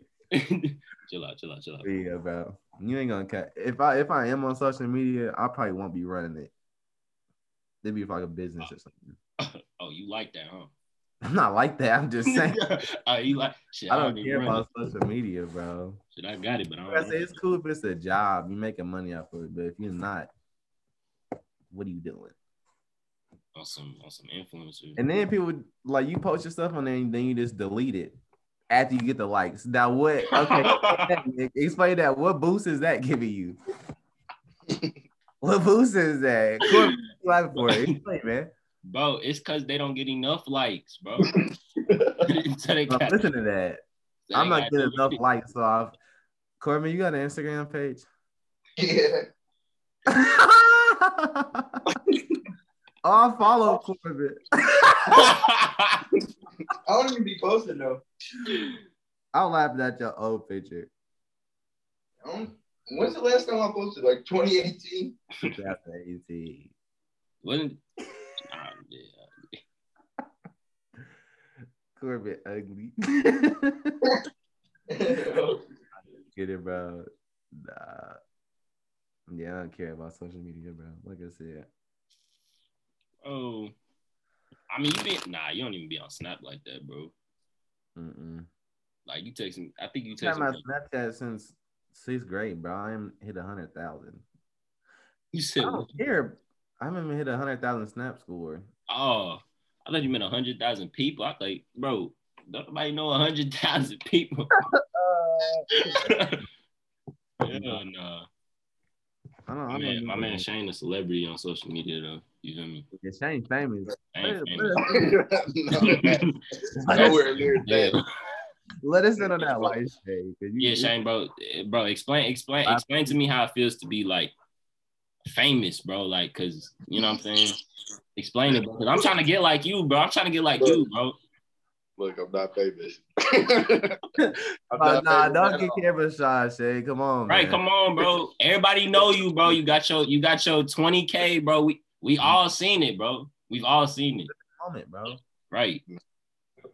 Speaker 3: Chill out, chill out, chill out.
Speaker 2: Yeah, bro. You ain't gonna catch. If I if I am on social media, I probably won't be running it. It'd be like a business or something. <laughs>
Speaker 3: Oh, you like that, huh?
Speaker 2: I'm not like that. I'm <laughs> just saying.
Speaker 3: <laughs> oh, you like shit.
Speaker 2: I
Speaker 3: I
Speaker 2: don't
Speaker 3: already
Speaker 2: care
Speaker 3: run
Speaker 2: about social media, bro.
Speaker 3: it. Shit, I got it, but I don't.
Speaker 2: I say
Speaker 3: run
Speaker 2: it's cool if it's a job, you're making money off of it. But if you're not, what are you doing?
Speaker 3: it on some on some influencer.
Speaker 2: And then people like you post your stuff on there, and then you just delete it after you get the likes. Now what?
Speaker 1: <laughs>
Speaker 2: Okay, explain that. What boost is that giving you? what boost is that? Corbin, what you like for it? Explain, man.
Speaker 3: bro, it's cause they don't get enough likes,
Speaker 2: <laughs>
Speaker 3: bro. <laughs> so they
Speaker 2: Bro,
Speaker 3: got,
Speaker 2: listen to that.
Speaker 3: they
Speaker 2: I'm not
Speaker 3: got
Speaker 2: getting enough
Speaker 3: to-
Speaker 2: likes, so I've. Corbin, you got an Instagram page? <laughs>
Speaker 3: <laughs>
Speaker 4: yeah.
Speaker 2: oh, I follow Corbin.
Speaker 3: <laughs>
Speaker 4: I don't even be posting though.
Speaker 2: I'm laughing at your old picture.
Speaker 4: I don't- When's the last time I posted? Like <laughs> 2018?
Speaker 2: 2018.
Speaker 3: Wasn't nah, yeah.
Speaker 2: Corbin ugly. Get it, bro. Nah. Yeah, I don't care about social media, bro. Like I said,
Speaker 3: Oh, I mean, you been nah. You don't even be on Snap like that, bro.
Speaker 2: mm-mm.
Speaker 3: Like you text me. I think you
Speaker 2: I've had
Speaker 3: text me.
Speaker 2: my Snapchat since sixth grade, bro. I haven't hit hundred thousand.
Speaker 3: You
Speaker 2: I
Speaker 3: said
Speaker 2: don't care. I haven't even hit hundred thousand snap score.
Speaker 3: Oh, I thought you meant hundred thousand people. I like, bro, don't nobody know hundred thousand people.
Speaker 2: <laughs>
Speaker 3: Hell no.
Speaker 2: I don't. I
Speaker 3: My
Speaker 2: don't
Speaker 3: man,
Speaker 2: even
Speaker 3: my man
Speaker 2: know.
Speaker 3: Shane a celebrity on social media though. You feel me?
Speaker 2: Yeah, Shane famous.
Speaker 3: Shane
Speaker 2: <laughs>
Speaker 3: <laughs>
Speaker 2: What- what-
Speaker 3: famous.
Speaker 1: Nowhere near
Speaker 3: yeah.
Speaker 1: that.
Speaker 2: Let us in on that light, Shane. 'cause you-
Speaker 3: Yeah, Shane, bro, eh, bro, explain, explain, explain to me how it feels to be like famous, bro. Like, cause you know what I'm saying. Explain it, bro. 'cause I'm trying to get like you, bro. I'm trying to get like you, bro.
Speaker 1: Look, I'm not famous. <laughs> I'm
Speaker 2: Oh,
Speaker 1: not
Speaker 2: nah,
Speaker 1: famous
Speaker 2: don't
Speaker 1: at
Speaker 2: get
Speaker 1: all.
Speaker 2: camera shy, Shane. Come on,
Speaker 3: Right,
Speaker 2: man.
Speaker 3: come on, bro. Everybody know you, bro. You got your, you got your 20k, bro. We we all seen it, bro. We've all seen it,
Speaker 2: Comment, bro. <laughs>
Speaker 3: right?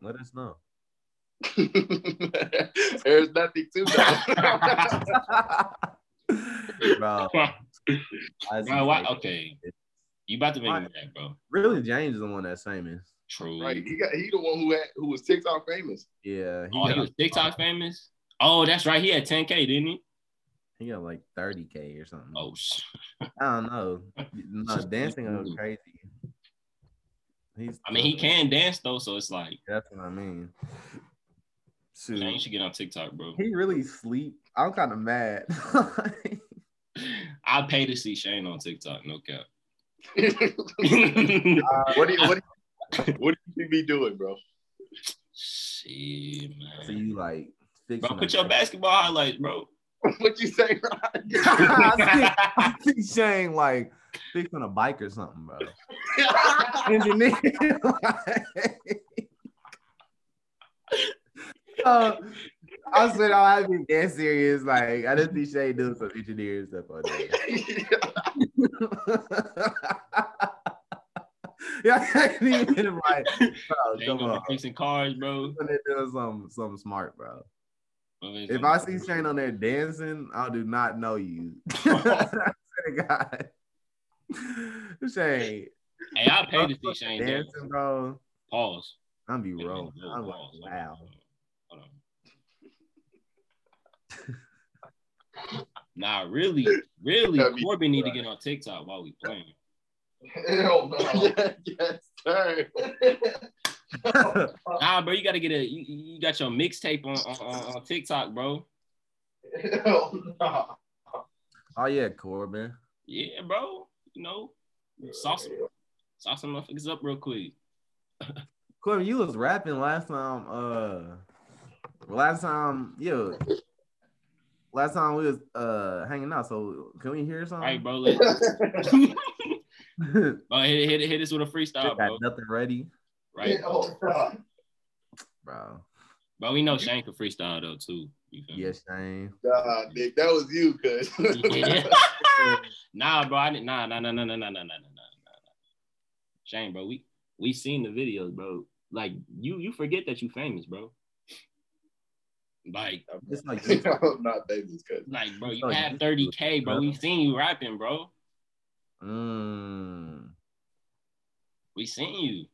Speaker 2: Let us know.
Speaker 3: <laughs>
Speaker 1: <laughs> There's nothing to that.
Speaker 2: bro, I
Speaker 3: Bro, why, okay. You about to make me mad, bro.
Speaker 2: really James is the one that's famous.
Speaker 3: True.
Speaker 1: right? He got he the one who had, who was TikTok famous. <laughs>
Speaker 2: Yeah, he,
Speaker 3: Oh,
Speaker 2: got,
Speaker 3: he was TikTok famous. Oh, that's right. He had 10k, didn't he?
Speaker 2: he got like 30k or something.
Speaker 3: Oh, sh-
Speaker 2: I don't
Speaker 3: <laughs>
Speaker 2: know. No, dancing is crazy. He's
Speaker 3: I mean, he can dance though, so it's like
Speaker 2: That's what I mean. Shoot.
Speaker 3: man, you should get on TikTok, bro.
Speaker 2: He really sleep. I'm kind of mad. <laughs>
Speaker 3: I pay to see Shane on TikTok, no
Speaker 2: <laughs>
Speaker 3: cap.
Speaker 1: what do you what do you, what do you be doing, bro? <laughs>
Speaker 3: Shit,
Speaker 2: so
Speaker 3: man.
Speaker 2: you like fix
Speaker 3: Bro, put your basketball highlights, bro.
Speaker 1: What you say?
Speaker 2: <laughs> I, see,
Speaker 3: <laughs>
Speaker 2: I see Shane like fixing a bike or something, bro. <laughs> Engineer. Uh, I said I was being dead serious. Like I just see Shane doing some engineering stuff on <laughs> there. yeah, I can't even like, bro,
Speaker 3: Shane
Speaker 2: come
Speaker 3: gonna
Speaker 2: on.
Speaker 3: be fixing cars, bro.
Speaker 2: When they doing something, something smart, bro. If I see Shane on there dancing, I do not know you. <laughs> I swear to God. <laughs> Shane,
Speaker 3: hey, I pay to see Shane dance.
Speaker 2: dancing, bro.
Speaker 3: Pause.
Speaker 2: I'm be
Speaker 3: Wait a minute,
Speaker 2: rolling.
Speaker 3: whoa,
Speaker 2: I'm like,
Speaker 3: pause. Hold on,
Speaker 2: wow.
Speaker 3: Hold on. hold on. Nah, really, really,
Speaker 1: That'd be-
Speaker 3: Corbin need to get on TikTok while we playing.
Speaker 1: Hell no. <laughs> yes, yes, sir.
Speaker 2: Oh. <laughs>
Speaker 3: Nah, bro, you gotta get a you, you you got your mixtape on, on, on on TikTok, bro.
Speaker 1: Hell no.
Speaker 2: oh yeah, Corbin.
Speaker 3: Yeah, bro. You know, sauce sauce some motherfuckers up real quick.
Speaker 2: Corbin, you was rapping last time. Uh, last time, yeah. Last time we was uh hanging out. So can we hear
Speaker 3: All right,
Speaker 2: something?
Speaker 3: bro.
Speaker 1: <laughs>
Speaker 3: Let, <laughs>
Speaker 2: <laughs>
Speaker 3: bro hit, hit hit us with a
Speaker 2: got
Speaker 3: freestyle, bro.
Speaker 2: nothing ready,
Speaker 3: Right,
Speaker 1: Hell no.
Speaker 2: bro.
Speaker 3: bro. We know Shane can freestyle though too. You feel me?
Speaker 2: Yes, Shane.
Speaker 1: Nah, Nick, that was you, cuz.
Speaker 3: <laughs> Yeah. nah, bro. I didn't. Nah, nah, nah, nah, nah, nah, nah, nah, nah, nah. nah. Shane, bro. We we seen the videos, bro. Like you you forget that you famous, bro. Like
Speaker 2: It's like
Speaker 1: <laughs> I'm not famous, cuz.
Speaker 3: like bro, you
Speaker 2: Oh,
Speaker 3: had
Speaker 2: you-
Speaker 3: 30k, bro. We seen you rapping, bro.
Speaker 2: Mm.
Speaker 3: We seen you.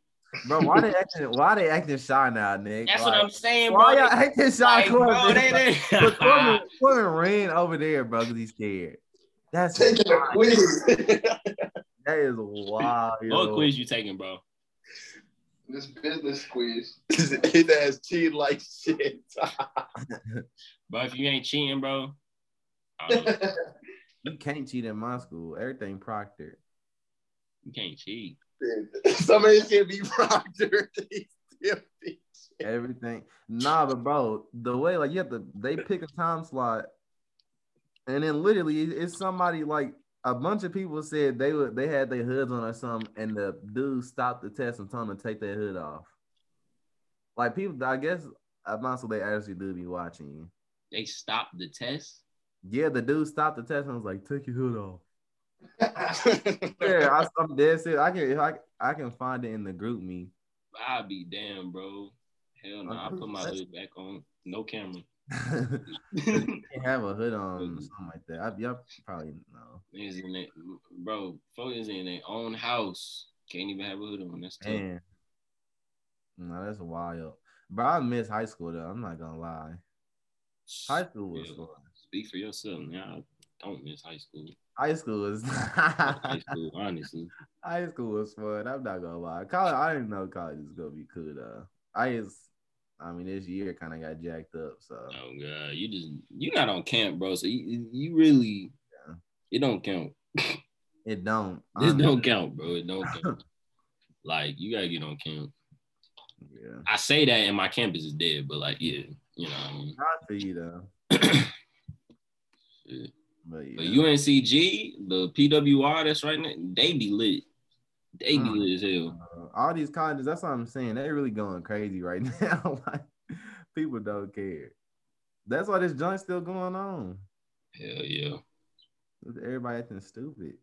Speaker 2: Bro, why they acting? Why they acting shy now, Nick?
Speaker 3: That's what
Speaker 2: Like,
Speaker 3: I'm saying, bro.
Speaker 2: Why y'all acting shy,
Speaker 3: Like,
Speaker 2: Corbin?
Speaker 3: bro, they, they,
Speaker 2: <laughs> But
Speaker 3: <laughs>
Speaker 2: Corbin, Corbin ran over there, bro, because he's scared. That's
Speaker 1: Take it,
Speaker 2: wild.
Speaker 1: please. <laughs>
Speaker 2: that is wild.
Speaker 3: what
Speaker 2: yo.
Speaker 3: quiz you taking, bro?
Speaker 1: this business <laughs> quiz. His ass cheating like shit. <laughs>
Speaker 3: Bro, if you ain't cheating, bro. oh, I
Speaker 2: <laughs>
Speaker 3: don't know.
Speaker 2: You can't cheat in my school. Everything proctored.
Speaker 3: You can't cheat.
Speaker 1: <laughs> Some of this shit be Proctor. He still be-
Speaker 2: Everything. Nah, but bro, the way like you have to, they pick a time slot, and then literally it- it's somebody like a bunch of people said they would they had their hoods on or something, and the dude stopped the test and told them to take their hood off. Like people, I guess I might as well they actually do be watching you.
Speaker 3: They stopped the test.
Speaker 2: Yeah, the dude stopped the test and was like, "Take your hood off." Yeah, I, I'm dead serious. I can if I I can find it in the group me. <laughs>
Speaker 3: I'll be damn, bro. Hell no, I put my hood back on. No camera.
Speaker 2: can't have a hood on or something like that. I, y'all probably know.
Speaker 3: Niggas in their, bro, folk is in their own house. Can't even have a hood on. That's tough.
Speaker 2: Man. No, that's wild. Bro, I miss high school though. I'm not gonna lie. High school was
Speaker 3: Yeah.
Speaker 2: fun.
Speaker 3: Speak for yourself, man. I don't miss
Speaker 2: <laughs>
Speaker 3: high school.
Speaker 2: High school was
Speaker 3: Fuck high school, honestly.
Speaker 2: <laughs> high school was fun. I'm not gonna lie. College, I didn't know college was gonna be cool though. I just I mean this year kind of got jacked up. So
Speaker 3: Oh god, you just you not on camp, bro. So you you really
Speaker 2: Yeah.
Speaker 3: it don't count.
Speaker 2: it don't.
Speaker 3: This
Speaker 2: honestly.
Speaker 3: don't count, bro. It don't
Speaker 2: <laughs>
Speaker 3: count. like you gotta get on camp.
Speaker 2: Yeah.
Speaker 3: I say that and my campus is dead, but like yeah, You know what I mean?
Speaker 2: Not for you <coughs> though. But yeah.
Speaker 3: But UNCG, the PWR that's right now, they be lit. They be
Speaker 2: Mm.
Speaker 3: lit as hell.
Speaker 2: Uh, all these colleges, that's what I'm saying. They're really going crazy right <laughs> now. like people don't care. That's why this junk's still going on.
Speaker 3: Hell yeah.
Speaker 2: Everybody acting stupid.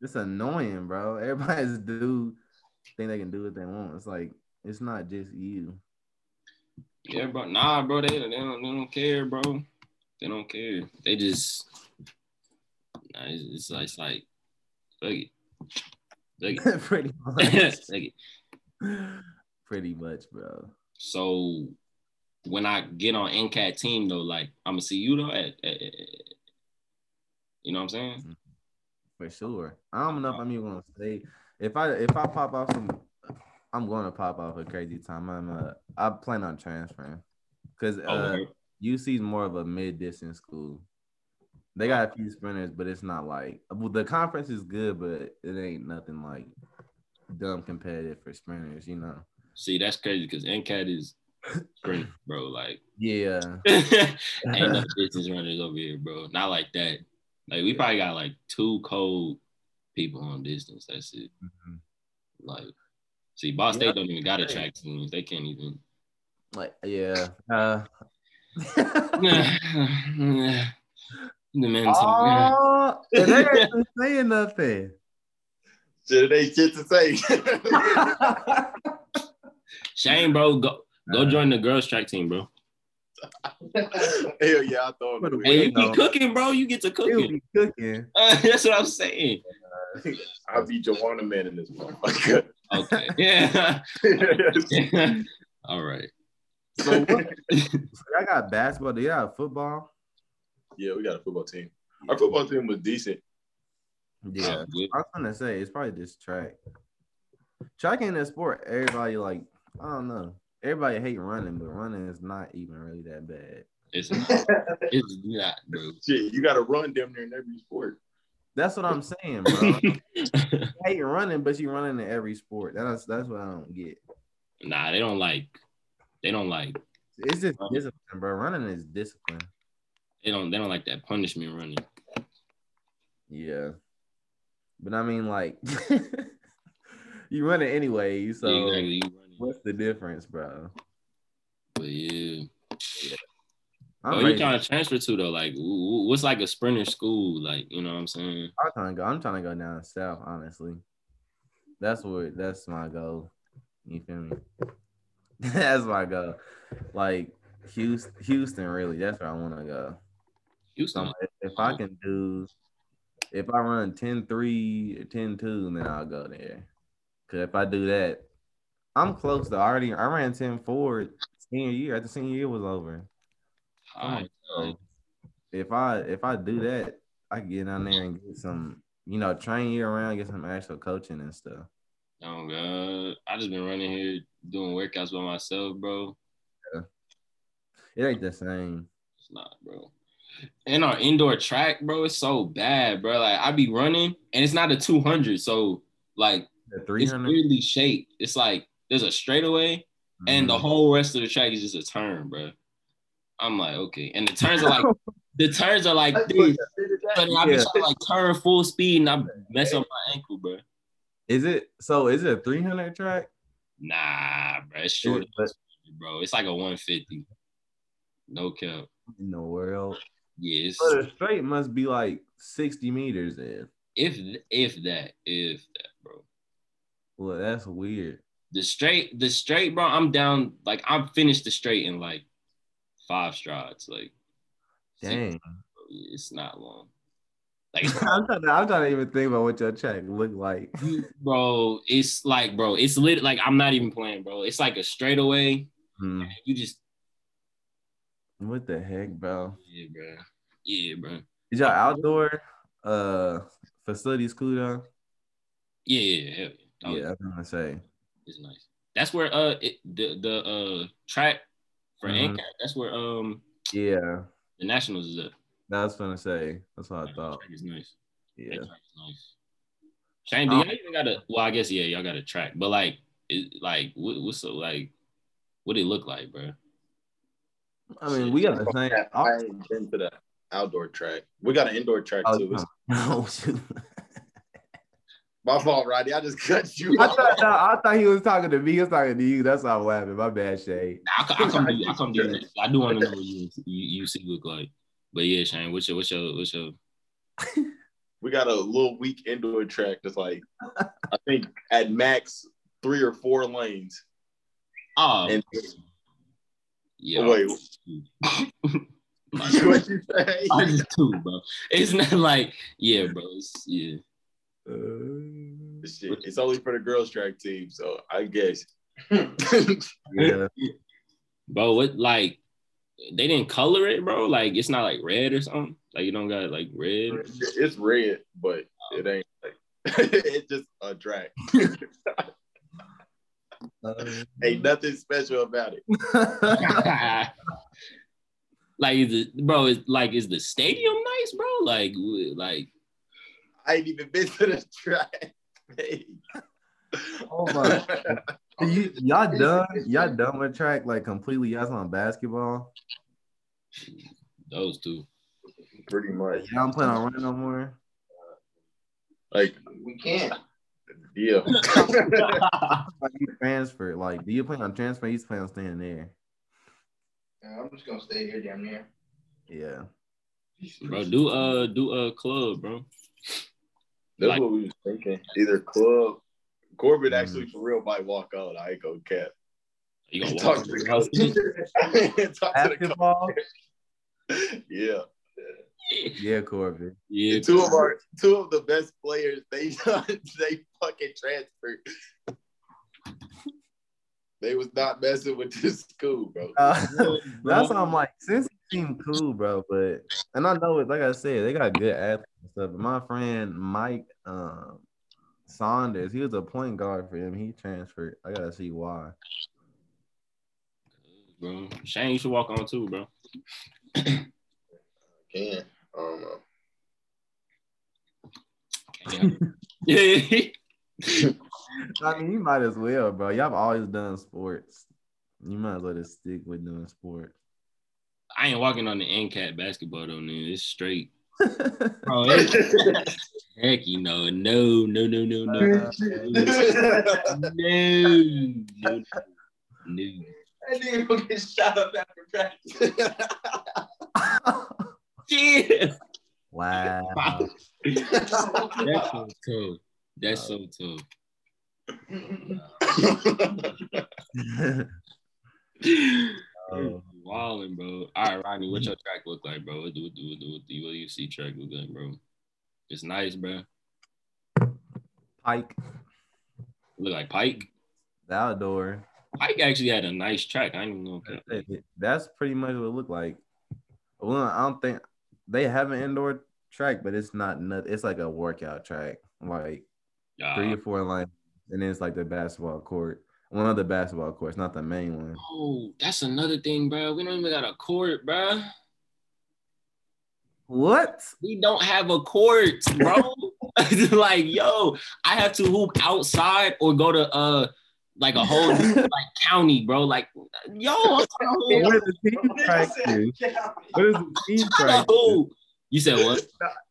Speaker 2: It's annoying, bro. Everybody's <laughs> do think they can do what they want. It's like it's not just you. <laughs>
Speaker 3: Yeah, bro. Nah, bro. They, they, don't, they don't care, bro. They don't care. They just. Nah, it's, it's, like- it's like, fuck it. Fuck
Speaker 2: Pretty
Speaker 3: it. <laughs>
Speaker 2: much. <laughs>
Speaker 3: fuck it.
Speaker 2: Pretty much, bro.
Speaker 3: So when I get on NCAT team, though, like, I'm going to see you, though. At, at- at- you know what I'm saying?
Speaker 2: For sure. I don't know if I'm even gonna say if I if I pop off some I'm gonna pop off a crazy time. I'm uh I plan on transferring. Cause
Speaker 3: Oh,
Speaker 2: uh
Speaker 3: word.
Speaker 2: UC is more of a mid distance school. They got a few sprinters, but it's not like well, the conference is good, but it ain't nothing like dumb competitive for sprinters, you know.
Speaker 3: see, that's crazy because NCAT is great, bro. Like,
Speaker 2: Yeah.
Speaker 3: ain't no business runners over here, bro. Not like that. Like we probably got like two cold people on distance. That's it.
Speaker 2: Mhm.
Speaker 3: Like, see, Ball
Speaker 2: Yeah.
Speaker 3: State don't even got a track team. They can't even.
Speaker 2: <laughs>
Speaker 3: <laughs>
Speaker 2: like yeah. Uh <laughs>
Speaker 3: the men's team.
Speaker 2: oh, and they ain't even saying nothing.
Speaker 1: <laughs>
Speaker 2: <laughs>
Speaker 1: Shit, it ain't shit to say.
Speaker 3: <laughs> Shane, bro, go go join the girls track team, bro.
Speaker 1: <laughs> Hell yeah, I thought.
Speaker 2: What a
Speaker 3: And
Speaker 1: it
Speaker 3: you
Speaker 2: no.
Speaker 3: be cooking, bro. You get to
Speaker 2: He'll
Speaker 3: cooking.
Speaker 2: be cooking.
Speaker 3: <laughs> that's what I'm saying.
Speaker 1: was. I'll be Joanna Man in this <laughs> motherfucker.
Speaker 3: Okay. <laughs> Yeah. All right.
Speaker 2: So what, I got basketball. Do you have football?
Speaker 1: yeah, we got a football team. Our football team was decent.
Speaker 3: Uh, we-
Speaker 2: I was gonna say it's probably just track. Track in that sport, everybody like I don't know. Everybody hate running, but running is not even really that bad.
Speaker 3: It's not. It's not, bro.
Speaker 1: Shit, you got to run damn near in every sport.
Speaker 2: That's what I'm saying,
Speaker 3: <laughs>
Speaker 2: bro. you hate running, but you running in every sport. That's that's what I don't get.
Speaker 3: Nah, they don't like. They don't like.
Speaker 2: It's just discipline, bro. Running is discipline.
Speaker 3: They don't. They don't like that punishment running.
Speaker 2: Yeah. But I mean like <laughs> you running anyway, so
Speaker 3: yeah, exactly. You running.
Speaker 2: what's the difference, bro?
Speaker 3: But yeah.
Speaker 2: I'm
Speaker 3: Where you
Speaker 2: ready-
Speaker 3: trying to transfer to though? Like, wh- wh- what's like a sprinter school? Like, you know what I'm saying?
Speaker 2: I'm trying to go. I'm trying to go down south. Honestly, that's where that's my goal. You feel me? <laughs> that's my goal. Like Houston, Houston, really. That's where I want to go. So
Speaker 3: Houston.
Speaker 2: I'm- if I can do, if I run 10-3 or 10-2, then I'll go there. Cause if I do that, I'm close to already. I ran 10-4 senior year. After senior year was over.
Speaker 3: Alright,
Speaker 2: So if I if I do that, I can get down there and get some, you know, train year around, get some actual coaching and stuff.
Speaker 3: Oh god, I just been running here doing workouts by myself, bro.
Speaker 2: It ain't the same.
Speaker 3: It's not, bro. And our indoor track, bro, it's so bad, bro. Like, I be running, and it's not a 200, so like,
Speaker 2: The
Speaker 3: it's
Speaker 2: 300
Speaker 3: weirdly shaped. It's like there's a straightaway, and the
Speaker 2: Mhm.
Speaker 3: whole rest of the track is just a turn, bro. I'm like, okay, and the turns are like the turns are like this, but I be
Speaker 2: Yeah.
Speaker 3: trying to like turn full speed and I mess up my ankle, bro.
Speaker 2: <laughs> is it so is it a 300 track?
Speaker 3: Nah, bro, it's
Speaker 2: Is
Speaker 3: short,
Speaker 2: it, but
Speaker 3: bro. It's like a 150. No cap.
Speaker 2: in the world.
Speaker 3: Yeah, it's,
Speaker 2: But a straight must be like 60 meters in.
Speaker 3: if if that, if that, bro.
Speaker 2: Well, that's weird.
Speaker 3: The straight, the straight, bro. I'm down. Like I'm finished the straight in like five strides. Like, six,
Speaker 2: Dang. <laughs>
Speaker 3: bro. it's not long. Like, it's
Speaker 2: I'm, trying to, I'm trying to even think about what your track look like.
Speaker 3: You- bro, it's like, bro, it's lit. Like I'm not even playing, bro. It's like a straightaway.
Speaker 2: Hmm.
Speaker 3: You just,
Speaker 2: <laughs> What the heck, bro?
Speaker 3: yeah, bro, yeah, bro,
Speaker 2: Is your outdoor uh facilities cool though?
Speaker 3: yeah, yeah, hell Oh, yeah.
Speaker 2: Yeah,
Speaker 3: yeah.
Speaker 2: I'm gonna say.
Speaker 3: It's nice. That's where uh it, the the uh track for
Speaker 2: Mhm.
Speaker 3: NCAT. That's where um
Speaker 2: Yeah,
Speaker 3: the nationals is at.
Speaker 2: that's what I was gonna say. That's what I
Speaker 3: That
Speaker 2: thought.
Speaker 3: track is nice. That
Speaker 2: Yeah.
Speaker 3: track is nice. Shane, do
Speaker 2: Oh.
Speaker 3: y'all even got a? Well, I guess yeah, y'all got a track, but like, it, like what, what's so like, what it look like, bro?
Speaker 2: I mean, we got the same.
Speaker 1: I ain't been to the outdoor track. We got an indoor track
Speaker 2: Oh,
Speaker 1: too. It's
Speaker 2: <laughs> no, shoot.
Speaker 1: my fault, Roddy. I just cut you
Speaker 2: I
Speaker 1: off.
Speaker 2: thought no, I thought he was talking to me. He was talking to you. That's why I'm laughing. My bad, Shay.
Speaker 3: Nah, I, come- I come. Do, I come. Do this. I do want to know what you, you you see look like. But yeah, Shane, what's your what's your what's your
Speaker 1: we got a little weak indoor track that's like I think at max three or four lanes. <laughs>
Speaker 3: oh
Speaker 1: And
Speaker 3: yeah. <laughs>
Speaker 1: wait,
Speaker 2: <laughs>
Speaker 3: Like,
Speaker 1: what you say?
Speaker 3: I
Speaker 1: <laughs>
Speaker 3: just too, bro. It's not like yeah, bro. It's, yeah,
Speaker 2: Uh,
Speaker 1: Shit, it's only for the girls track team, so I guess.
Speaker 2: Uh, yeah.
Speaker 3: bro. What like they didn't color it, bro. Like it's not like red or something. Like you don't got like red.
Speaker 1: it's red, but it ain't like <laughs> it's just a track. Ain't nothing special about it.
Speaker 3: <laughs> like is it, bro? Is like is the stadium nice, bro? Like w- like
Speaker 1: I ain't even been to the track. Hey.
Speaker 2: <laughs> oh my. Do <laughs> you, y'all done? Y'all done with track like completely? Y'all on basketball?
Speaker 3: those two.
Speaker 1: <laughs> Pretty much.
Speaker 2: Y'all don't plan on running no more?
Speaker 1: Like,
Speaker 4: We can't.
Speaker 1: yeah.
Speaker 2: Like you transferred? Like, do you plan on transferring? You just plan on staying there?
Speaker 4: I'm just gonna stay here damn near.
Speaker 2: Yeah.
Speaker 3: Bro, do uh do a club, bro.
Speaker 1: That's
Speaker 3: Like- Mm.
Speaker 1: what we was thinking. Either club. Corbin actually for real might walk out. I ain't gonna cap.
Speaker 3: You gonna
Speaker 1: Talk
Speaker 3: walk
Speaker 1: to the <laughs> coach. Talk to the
Speaker 2: Basketball?
Speaker 1: coach. Yeah.
Speaker 2: Yeah, Corbin.
Speaker 3: Yeah,
Speaker 1: Two of our two of the best players, they <laughs> they fucking transferred. They was not messing with this school, bro. <laughs>
Speaker 2: Uh,
Speaker 3: bro.
Speaker 2: <laughs> that's why I'm like, since he seemed cool, bro. But and I know it. Like I said, they got good athletes and stuff. But my friend Mike um, Saunders, he was a point guard for him. He transferred. I gotta see why.
Speaker 3: bro. Shane, you should walk on too,
Speaker 1: <laughs>
Speaker 3: bro.
Speaker 1: Can I don't know.
Speaker 3: Yeah. <laughs>
Speaker 2: I mean, you might as well, bro. Y'all have always done sports. You might as well just stick with doing sports.
Speaker 3: I ain't walking on the NCAT basketball though, man. It's
Speaker 1: <laughs>
Speaker 3: straight.
Speaker 2: Uh,
Speaker 3: Bro, it's- heck, you know, no, no, no, no, no, no, no, no.
Speaker 4: That nigga gonna get shot up after practice. <laughs>
Speaker 3: Yeah.
Speaker 2: wow. <laughs>
Speaker 3: That's so tough. That's so tough.
Speaker 2: Uh, Oh.
Speaker 3: Wilding, bro. All right, Rodney, what your track look like, bro? What do what do what do what do, what do you see track look like, bro? It's nice, bro.
Speaker 2: Pike,
Speaker 3: Look like Pike.
Speaker 2: the outdoor.
Speaker 3: Pike actually had a nice track. I ain't even gonna.
Speaker 2: That's pretty much what it looked like. Well, I don't think they have an indoor track, but it's not nothing. It's like a workout track, like three
Speaker 3: Nah.
Speaker 2: or four lines, and then it's like the basketball court. One of the basketball courts, not the main one.
Speaker 3: Oh, that's another thing, bro. We don't even got a court, bro.
Speaker 2: What?
Speaker 3: We don't have a court, bro. <laughs> like, yo, I have to hoop outside or go to uh like a whole new, like county, bro. Like, yo, I'm trying to hoop.
Speaker 2: What is the team practice? What is the team
Speaker 3: I'm trying to
Speaker 2: practice?
Speaker 3: hoop. You said what?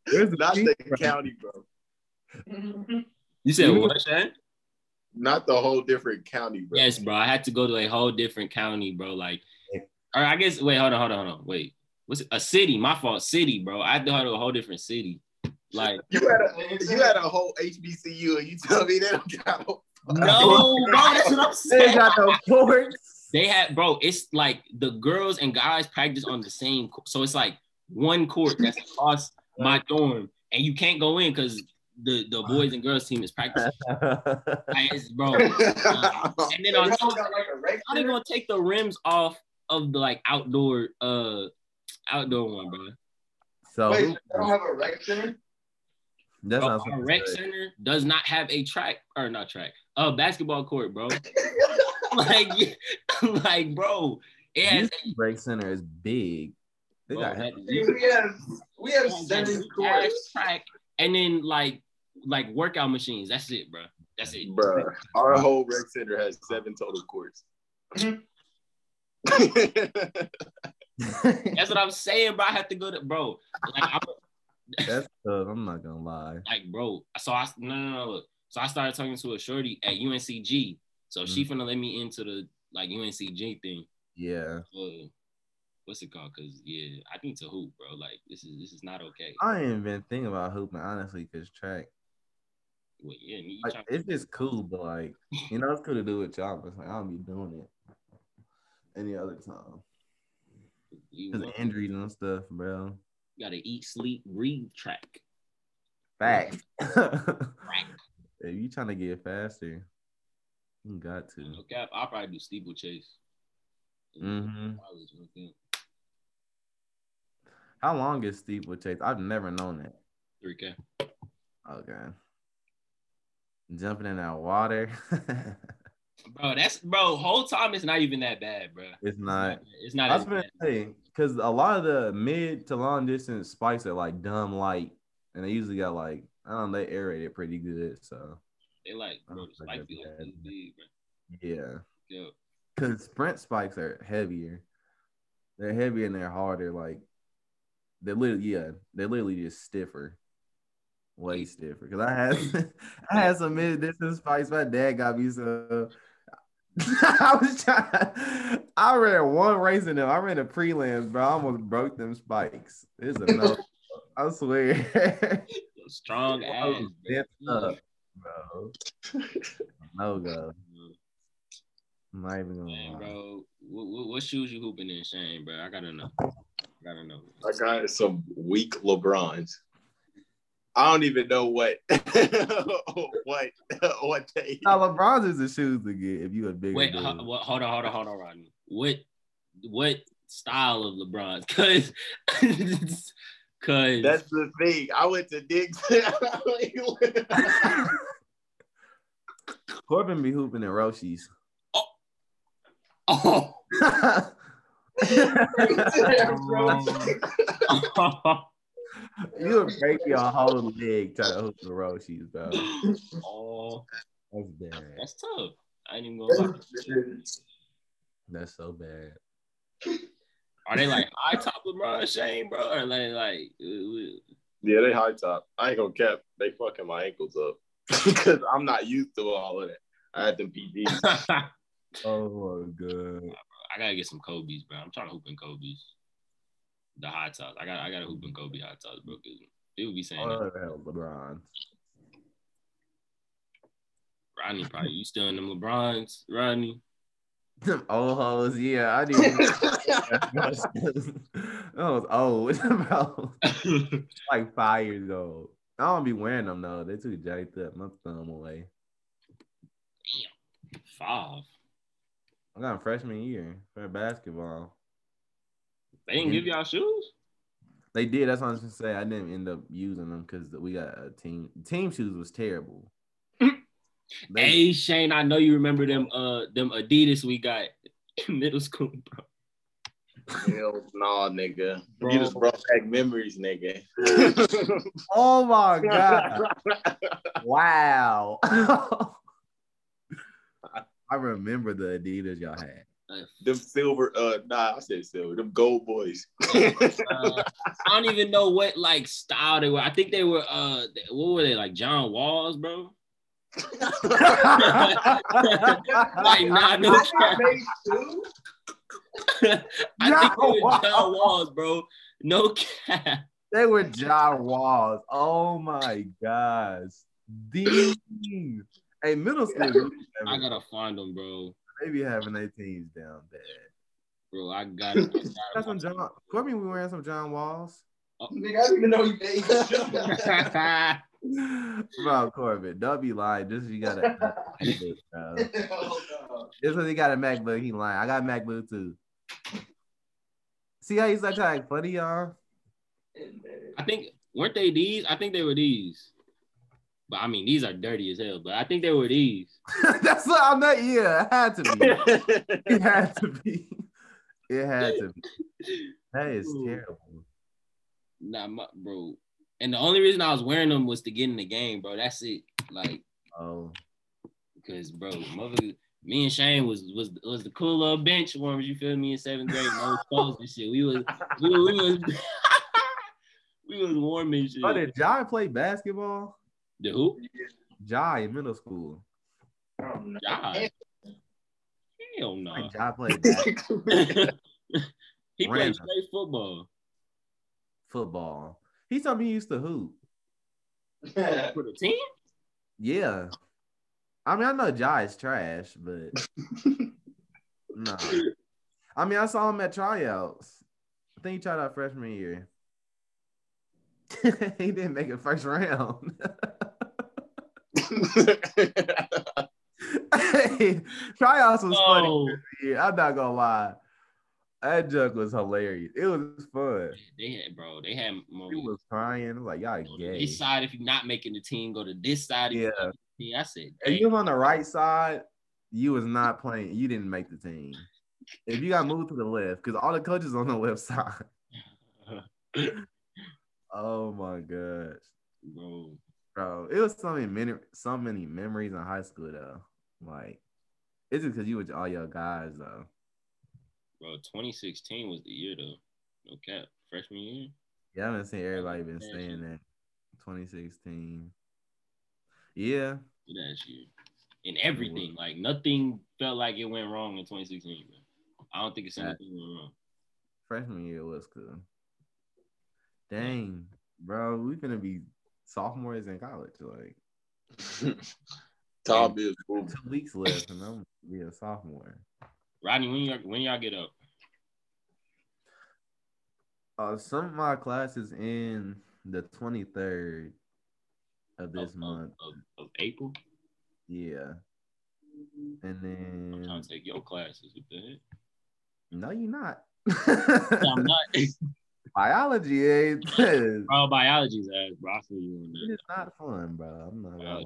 Speaker 2: Where's the
Speaker 1: not
Speaker 2: team
Speaker 1: the
Speaker 2: practice?
Speaker 1: county, bro.
Speaker 3: You said
Speaker 2: You-
Speaker 3: what, Shane?
Speaker 1: Not the whole different county, bro.
Speaker 3: Yes, bro. I had to go to a whole different county, bro. Like, or I guess wait, hold on, hold on, hold on. Wait, what's it? a city? My fault, city, bro. I had to go to a whole different city. Like,
Speaker 1: You had a you had a whole HBCU, and you tell me they don't got no
Speaker 3: no, bro. That's what I'm
Speaker 2: <laughs> They ain't
Speaker 3: saying.
Speaker 2: got no courts.
Speaker 3: <laughs> They had, bro. It's like the girls and guys practice on the same, court. so it's like one court that's across my dorm, and you can't go in because the the boys and girls team
Speaker 2: <laughs>
Speaker 3: is practicing. Like, it's- bro. And then on top of how they gonna take the rims off of the like outdoor uh outdoor one, bro?
Speaker 2: so
Speaker 4: Wait, I don't have a rec center?
Speaker 2: that's
Speaker 3: Bro,
Speaker 2: not
Speaker 3: our
Speaker 2: something.
Speaker 3: oh, rec
Speaker 2: to say.
Speaker 3: center does not have a track or not track, a basketball court, bro. like, <laughs> like, bro, it has.
Speaker 2: Houston Rec Center is big. They
Speaker 3: bro,
Speaker 2: got
Speaker 3: that-
Speaker 4: Dude, we have we have
Speaker 3: that-
Speaker 4: seven
Speaker 3: that
Speaker 4: courts.
Speaker 3: track, and then like like workout machines. That's it, bro. That's it.
Speaker 1: bro. Our whole
Speaker 4: Mm-hmm.
Speaker 1: rec center has seven total courts.
Speaker 3: <laughs> That's what I'm saying, bro. I have to go to bro. Like, I'm,
Speaker 2: <laughs> That's tough. I'm not gonna lie.
Speaker 3: like bro. So I no no no. Look. So I started talking to a shorty at UNCG. So she finna let me into the like UNCG thing.
Speaker 2: Yeah,
Speaker 3: Uh, what's it called? Cause yeah, I need to hoop, bro. Like this is this is not okay.
Speaker 2: I ain't been thinking about hooping honestly because track.
Speaker 3: Well, yeah, you
Speaker 2: Like,
Speaker 3: trying-
Speaker 2: it's just cool, but like you know, it's cool to do with y'all, but it's like I don't be doing it any other time
Speaker 3: you
Speaker 2: because
Speaker 3: want-
Speaker 2: injuries and stuff, bro.
Speaker 3: you gotta eat, sleep, breathe, track.
Speaker 2: Facts. <laughs> if you trying to get faster, you got to.
Speaker 3: No cap, I'll probably do steeplechase.
Speaker 2: Mhm.
Speaker 3: College, no cap.
Speaker 2: How long is steeplechase? I've never known that.
Speaker 3: Three K.
Speaker 2: Okay. Jumping in that water. <laughs>
Speaker 3: Bro, that's bro. Whole time it's not even that bad, bro.
Speaker 2: it's not.
Speaker 3: It's not.
Speaker 2: I was
Speaker 3: as
Speaker 2: gonna
Speaker 3: bad.
Speaker 2: say because a lot of the mid to long distance spikes are like dumb light, and they usually got like I don't know they aerate it pretty good. So
Speaker 3: They like,
Speaker 2: I
Speaker 3: bro,
Speaker 2: don't
Speaker 3: the
Speaker 2: think
Speaker 3: spike
Speaker 2: that's
Speaker 3: be like
Speaker 2: bad.
Speaker 3: this big, bro.
Speaker 2: yeah,
Speaker 3: Yo,
Speaker 2: because sprint spikes are heavier. They're heavier and they're harder. Like they're literally yeah, they're literally just stiffer, way stiffer. Because I had <laughs> I had some mid distance spikes. My dad got me so. <laughs> I was trying. I ran one race in them. I ran a prelims, bro. I almost broke them spikes. It's a no. I swear. <laughs>
Speaker 3: yo, strong
Speaker 2: I
Speaker 3: ass.
Speaker 2: was
Speaker 3: bro.
Speaker 2: bent up, bro. No go. I'm not even gonna
Speaker 3: Man,
Speaker 2: lie.
Speaker 3: bro, what, what, what shoes you hooping in, Shane, bro? I gotta know. I gotta know.
Speaker 4: I got some weak LeBrons. I don't even know what <laughs> what what they.
Speaker 2: Now LeBron's is the shoes to get if you a bigger
Speaker 3: Wait,
Speaker 2: dude.
Speaker 3: ho- what, hold on, hold on, hold on, Rodney. What, what style of LeBron? <laughs> Cause, cause <laughs>
Speaker 4: That's the thing. I went to Dick's.
Speaker 2: <laughs>
Speaker 4: <laughs>
Speaker 2: Corbin be hooping in Roshis. <laughs>
Speaker 3: oh,
Speaker 2: You'll break your whole leg trying to hoop in Roshis, bro.
Speaker 3: oh,
Speaker 2: That's bad.
Speaker 3: that's tough. I ain't even gonna lie.
Speaker 2: That's so bad.
Speaker 3: Are they like high top LeBron, Shane, bro? Or they like, uh,
Speaker 4: yeah, they high top. I ain't gonna cap. They fucking my ankles up <laughs> because I'm not used to all of that. I had them PGs.
Speaker 3: I
Speaker 2: Oh my god.
Speaker 3: uh, gotta get some Kobe's, bro. I'm trying to hoop in Kobe's. The hot tops. I got I gotta hoop in Kobe hot tops, bro. 'cause They would be saying that.
Speaker 2: Oh, the hell, LeBron. <laughs>
Speaker 3: Rodney probably you still in them LeBrons, Rodney. <laughs>
Speaker 2: Them old Oh, hoes, yeah. I didn't. that was old, <laughs> bro. Like five years old. I don't be wearing them though. They too jacked up. My thumb away.
Speaker 3: Five.
Speaker 2: I got 'em freshman year for basketball.
Speaker 3: They didn't give y'all shoes?
Speaker 2: They did. That's what I was gonna say. I didn't end up using them because we got a team. Team shoes was
Speaker 3: <laughs>
Speaker 2: terrible. They-
Speaker 3: Hey Shane, I know you remember them uh them Adidas we got <laughs> in middle school, bro.
Speaker 4: Hell nah, nigga.
Speaker 3: Bro.
Speaker 4: You just brought back memories, nigga.
Speaker 2: Oh
Speaker 3: <laughs>
Speaker 2: my god! wow. I remember the Adidas y'all had.
Speaker 4: <laughs> them silver, uh, nah, I said silver. Them gold boys.
Speaker 3: Uh, I don't even know what like style they were. I think they were uh what were they like John Walls, bro? <laughs> Like nah, no cap. <laughs> I think they were
Speaker 2: John
Speaker 3: John Walls, bro. No <laughs> cap.
Speaker 2: They were John Walls. Oh my gosh.
Speaker 3: <laughs>
Speaker 2: These hey middle school dudes
Speaker 3: I
Speaker 2: having-
Speaker 3: gotta find them, bro.
Speaker 2: they be having their teams down bad.
Speaker 3: Bro, I got it.
Speaker 2: That's some
Speaker 3: <laughs>
Speaker 2: John Corbin we wearing some John Walls.
Speaker 1: Nigga, I didn't even know you made
Speaker 2: <laughs> Bro, Corbin, don't be lying. Just you <laughs> got a bro. Just because he got a MacBook, he lying. I got a MacBook too. See how he's like trying to act funny, y'all? <laughs>
Speaker 3: I think weren't they these? I think they were these. But I mean, these are dirty as hell. But I think they were these.
Speaker 2: That's what I'm not. Yeah, it had to be. It had to be. It had to be. That is
Speaker 3: Ooh.
Speaker 2: terrible.
Speaker 3: Nah, my, bro. And the only reason I was wearing them was to get in the game, bro. That's it. Like,
Speaker 2: Oh,
Speaker 3: cause bro, mother, me and Shane was was was the cool little bench warmers. You feel me? In seventh grade, no clothes and shit. We was we was we was, <laughs> we was warming shit.
Speaker 2: Oh, did Jai play basketball?
Speaker 3: The who?
Speaker 2: Jai in middle school.
Speaker 3: God. Hell no.
Speaker 2: Like Jai played <laughs> bas-
Speaker 3: <laughs> he
Speaker 2: Random.
Speaker 3: played straight football.
Speaker 2: football. He told me he used to hoop.
Speaker 4: <laughs>
Speaker 3: For the team?
Speaker 2: Yeah. I mean, I know Jai is trash, but no. I mean, I saw him at tryouts. I think he tried out freshman year. <laughs> he didn't make it first round. <laughs> tryouts was funny.
Speaker 3: Oh,
Speaker 2: Yeah, I'm not gonna lie. That joke was hilarious. It was fun.
Speaker 3: they had bro. They had
Speaker 2: He
Speaker 3: moments.
Speaker 2: was crying. I was like, y'all
Speaker 3: Go to
Speaker 2: gay.
Speaker 3: This side, if you're not making the team, go to this side. if
Speaker 2: Yeah.
Speaker 3: you're not making the team. I said,
Speaker 2: If
Speaker 3: "Damn."
Speaker 2: you was on the right side, you was not playing. You didn't make the team. If you got moved to the left, because all the coaches on the <laughs> left side. Oh my gosh,
Speaker 3: <laughs> bro.
Speaker 2: bro! It was so many many so many memories in high school though. Like, it's just because you with all your guys though.
Speaker 3: Bro, 2016 was the year though. No cap. Freshman year.
Speaker 2: Yeah, I haven't seen everybody been saying that. 2016. Yeah,
Speaker 3: Good ass year. In everything. Like nothing felt like it went wrong in 2016, man. I don't think it's
Speaker 2: Yeah.
Speaker 3: anything went wrong.
Speaker 2: freshman year was cool. Dang, bro, we finna be sophomores in college. Like,
Speaker 4: Tom is
Speaker 2: two weeks left, and I'm gonna be a sophomore.
Speaker 3: Rodney, when y'all when y'all get up?
Speaker 2: Uh, some of my classes in the 23rd of
Speaker 3: Of-
Speaker 2: this
Speaker 3: of-
Speaker 2: month.
Speaker 3: Of, of April?
Speaker 2: Yeah, and
Speaker 3: I'm trying
Speaker 2: then
Speaker 3: to take your classes. What the heck?
Speaker 2: no, you're not.
Speaker 3: No, I'm not.
Speaker 2: <laughs>
Speaker 3: <laughs>
Speaker 2: Biology <laughs> ain't this.
Speaker 3: bro, biology's ass, bro. I feel you on
Speaker 2: It
Speaker 3: that.
Speaker 2: is <laughs> not fun, bro. I'm not gonna
Speaker 3: Biology.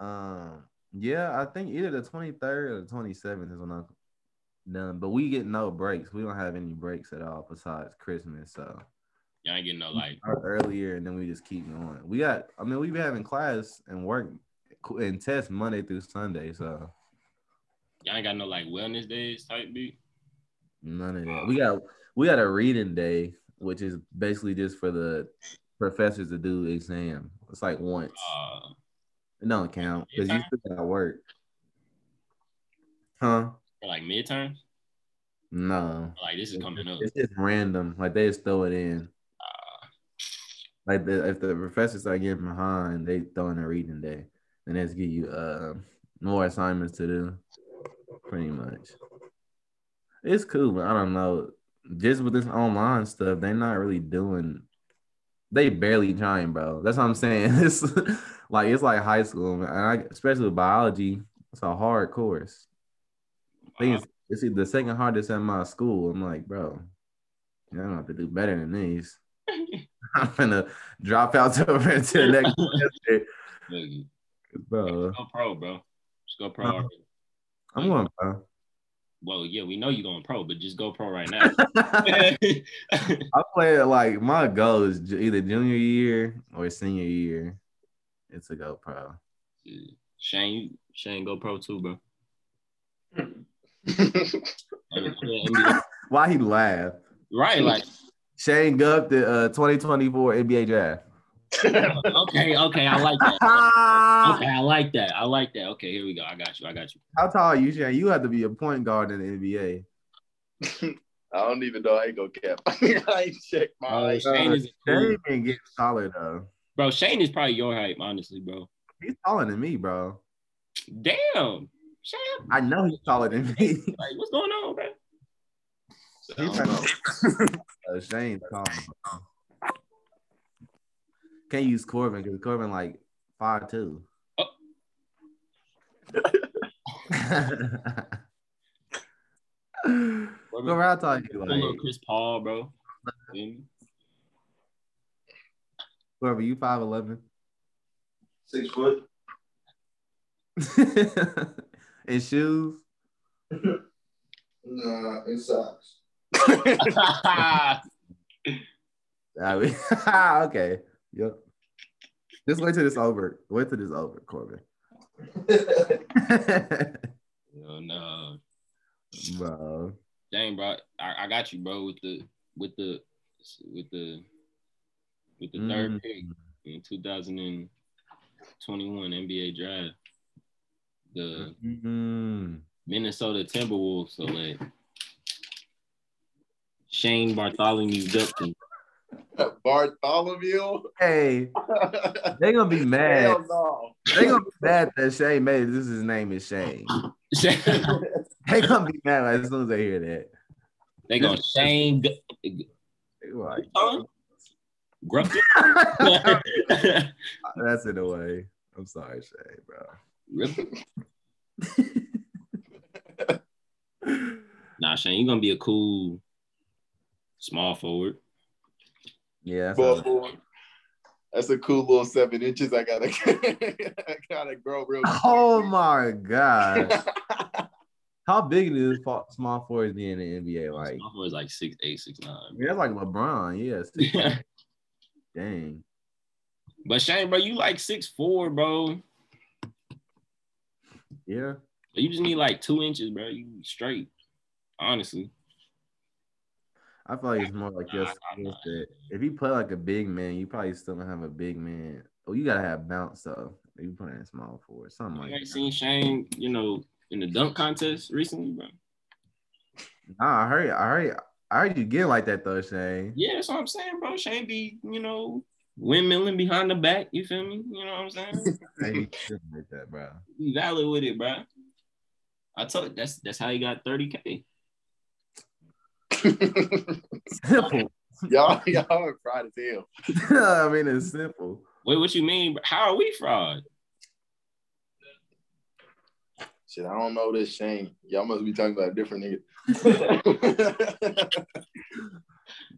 Speaker 2: lie. Um, yeah, I think either the 23rd or the 27th is when I'm done. But we get no breaks. We don't have any breaks at all besides Christmas. So
Speaker 3: Y'all ain't getting no like
Speaker 2: start earlier and then we just keep going. We got, I mean, we be having class and work and test Monday through Sunday, so
Speaker 3: y'all ain't got no like wellness days type beat.
Speaker 2: none of that. We got we got a reading day, which is basically just for the professors to do exam. It's like once.
Speaker 3: Uh
Speaker 2: It don't count because you still got work. Huh?
Speaker 3: for like midterms.
Speaker 2: No.
Speaker 3: Like this is coming
Speaker 2: <laughs>
Speaker 3: up.
Speaker 2: It's just random. Like they just throw it in. Like the, if the professors are getting behind, they throw in a reading day, and they just give you uh more assignments to do. Pretty much. It's cool, but I don't know. Just with this online stuff, they're not really doing. They barely trying, bro. That's what I'm saying. <laughs> It's like it's like high school, man. And I, especially with biology, it's a hard course. I think it's, it's either the second hardest at my school. I'm like, bro, I don't have to do better than these. <laughs> I'm gonna drop out to, <laughs> to the next semester.
Speaker 3: Look,
Speaker 2: bro.
Speaker 3: Let's go pro, bro. Just go pro.
Speaker 2: Uh-huh.
Speaker 3: already.
Speaker 2: I'm going, bro.
Speaker 3: Well, yeah, we know you're going pro, but just go pro right
Speaker 2: <laughs>
Speaker 3: now. <laughs>
Speaker 2: I play it like my goal is ju- either junior year or senior year. It's a go pro.
Speaker 3: Shane, you, Shane, go pro too, bro.
Speaker 2: Why he laugh?
Speaker 3: right, like
Speaker 2: Shane Guff, the uh, 2024 NBA draft.
Speaker 3: okay, okay, I like that. Okay,
Speaker 2: How
Speaker 3: I like that. I like that. Okay, here we go. I got you. I got you.
Speaker 2: tall are you, Shane? You have to be a point guard in the NBA.
Speaker 1: I don't even know. I ain't
Speaker 4: <laughs>
Speaker 1: gonna cap. I ain't check my
Speaker 3: Oh,
Speaker 1: eyes.
Speaker 3: Shane
Speaker 2: Uh,
Speaker 3: is
Speaker 2: Shane been getting taller though.
Speaker 3: bro. Shane is probably your height, honestly, bro.
Speaker 2: He's taller than me, bro.
Speaker 3: Damn, Shane,
Speaker 2: I know he's taller than me.
Speaker 3: like what's going on, bro?
Speaker 1: I don't know.
Speaker 2: Uh, Shane's taller. Can't use Corbin because Corbin like five two.
Speaker 3: Oh.
Speaker 2: Go around talking
Speaker 3: That little
Speaker 2: like
Speaker 3: Chris Paul,
Speaker 2: <laughs>
Speaker 3: bro. Feel me?
Speaker 2: Corbin, you five eleven.
Speaker 1: Six foot.
Speaker 2: <laughs> In shoes.
Speaker 1: Nah, it sucks.
Speaker 3: <laughs>
Speaker 2: I <laughs> mean,
Speaker 1: <laughs>
Speaker 2: okay. Yep. Just wait till this over. Wait till this over, Corbin. <laughs>
Speaker 3: No, no.
Speaker 2: bro.
Speaker 3: Dang, bro. I, I got you, bro, with the with the with the with the
Speaker 2: Mm.
Speaker 3: third pick in 2021 NBA draft. The
Speaker 2: Mm.
Speaker 3: Minnesota Timberwolves select Shane Bartholomew Duffy.
Speaker 4: <laughs>
Speaker 1: Bartholomew.
Speaker 2: Hey, they gonna be mad.
Speaker 1: <laughs> Hell no.
Speaker 2: They gonna be mad that Shane made it. This his name is Shane. They gonna be mad as soon as they hear that.
Speaker 3: <laughs> they gonna Shane Gu-
Speaker 2: They were like, <laughs>
Speaker 3: Huh? Gruffy.
Speaker 2: That's in a way. I'm sorry, Shay, bro.
Speaker 3: nah, Shane, you're gonna be a cool small forward.
Speaker 2: Yeah, that's how-
Speaker 1: But that's a cool little seven inches. I gotta, <laughs> I gotta grow
Speaker 3: <laughs>
Speaker 1: real.
Speaker 2: Oh my god. How big is fa- small forwards be in the NBA? Like
Speaker 3: small forward is like six eight, six
Speaker 2: I
Speaker 3: nine.
Speaker 2: mean, that's like LeBron, yeah. six- Dang.
Speaker 3: <laughs> but Shane, bro, you like six four, bro.
Speaker 2: Yeah.
Speaker 3: You just need like two inches, bro. You straight. Honestly.
Speaker 2: I feel like it's more like your
Speaker 3: Nah, nah,
Speaker 2: skill set. If you play like a big man, you probably still don't have a big man. Oh, you gotta have bounce though. If you playing small forward, something like
Speaker 3: You ain't
Speaker 2: that.
Speaker 3: seen Shane, you know, in the dunk contest recently, bro.
Speaker 2: Nah, I heard, I heard, I heard you get like that though, Shane.
Speaker 3: Yeah, that's what I'm saying, bro. Shane be, you know, windmilling behind the back. You feel me? You know what
Speaker 2: <laughs>
Speaker 3: I'm saying?
Speaker 2: I hate shit like that, bro.
Speaker 3: Be valid with it, bro. I told that's that's how he got 30k.
Speaker 2: Simple.
Speaker 1: <laughs>
Speaker 2: <laughs>
Speaker 1: y'all, y'all are proud as hell.
Speaker 2: I mean, it's simple.
Speaker 3: Wait, what you mean? bro? How are we fraud?
Speaker 1: Shit, I don't know this Shane. Y'all must be talking about a different nigga.
Speaker 3: <laughs>
Speaker 1: <laughs>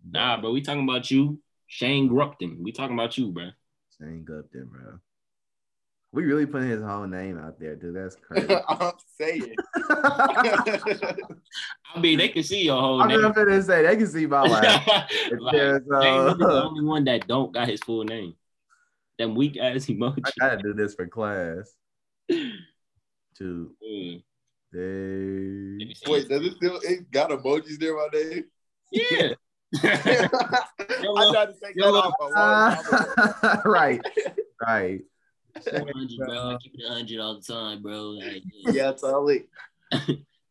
Speaker 3: Nah, bro. We talking about you, Shane Grupton. We talking about you, bro.
Speaker 2: Shane Gupton, bro. We really putting his whole name out there, dude. That's crazy.
Speaker 1: <laughs>
Speaker 2: <laughs>
Speaker 1: I'm saying.
Speaker 2: I
Speaker 3: I mean, they can see your whole
Speaker 2: mean,
Speaker 3: <laughs> name.
Speaker 2: I'm gonna say they can
Speaker 3: <laughs>
Speaker 2: see my life. If
Speaker 3: Like,
Speaker 2: there's,
Speaker 3: Shane
Speaker 2: uh,
Speaker 3: really the only one that don't got his full name. Them weak
Speaker 2: <laughs>
Speaker 3: ass
Speaker 2: I
Speaker 3: emoji.
Speaker 2: gotta do this for class. To
Speaker 3: Mm.
Speaker 2: they
Speaker 1: Wait, does it still? It got emojis there, my name. <laughs>
Speaker 3: Yeah.
Speaker 2: <laughs>
Speaker 3: <laughs>
Speaker 1: I
Speaker 3: Yellow.
Speaker 1: tried to take that
Speaker 3: Yellow.
Speaker 1: off my wall.
Speaker 2: Uh, <laughs> right, right.
Speaker 3: 100, bro. I keep it 100 all the time, bro. Like, yeah.
Speaker 1: Yeah, totally.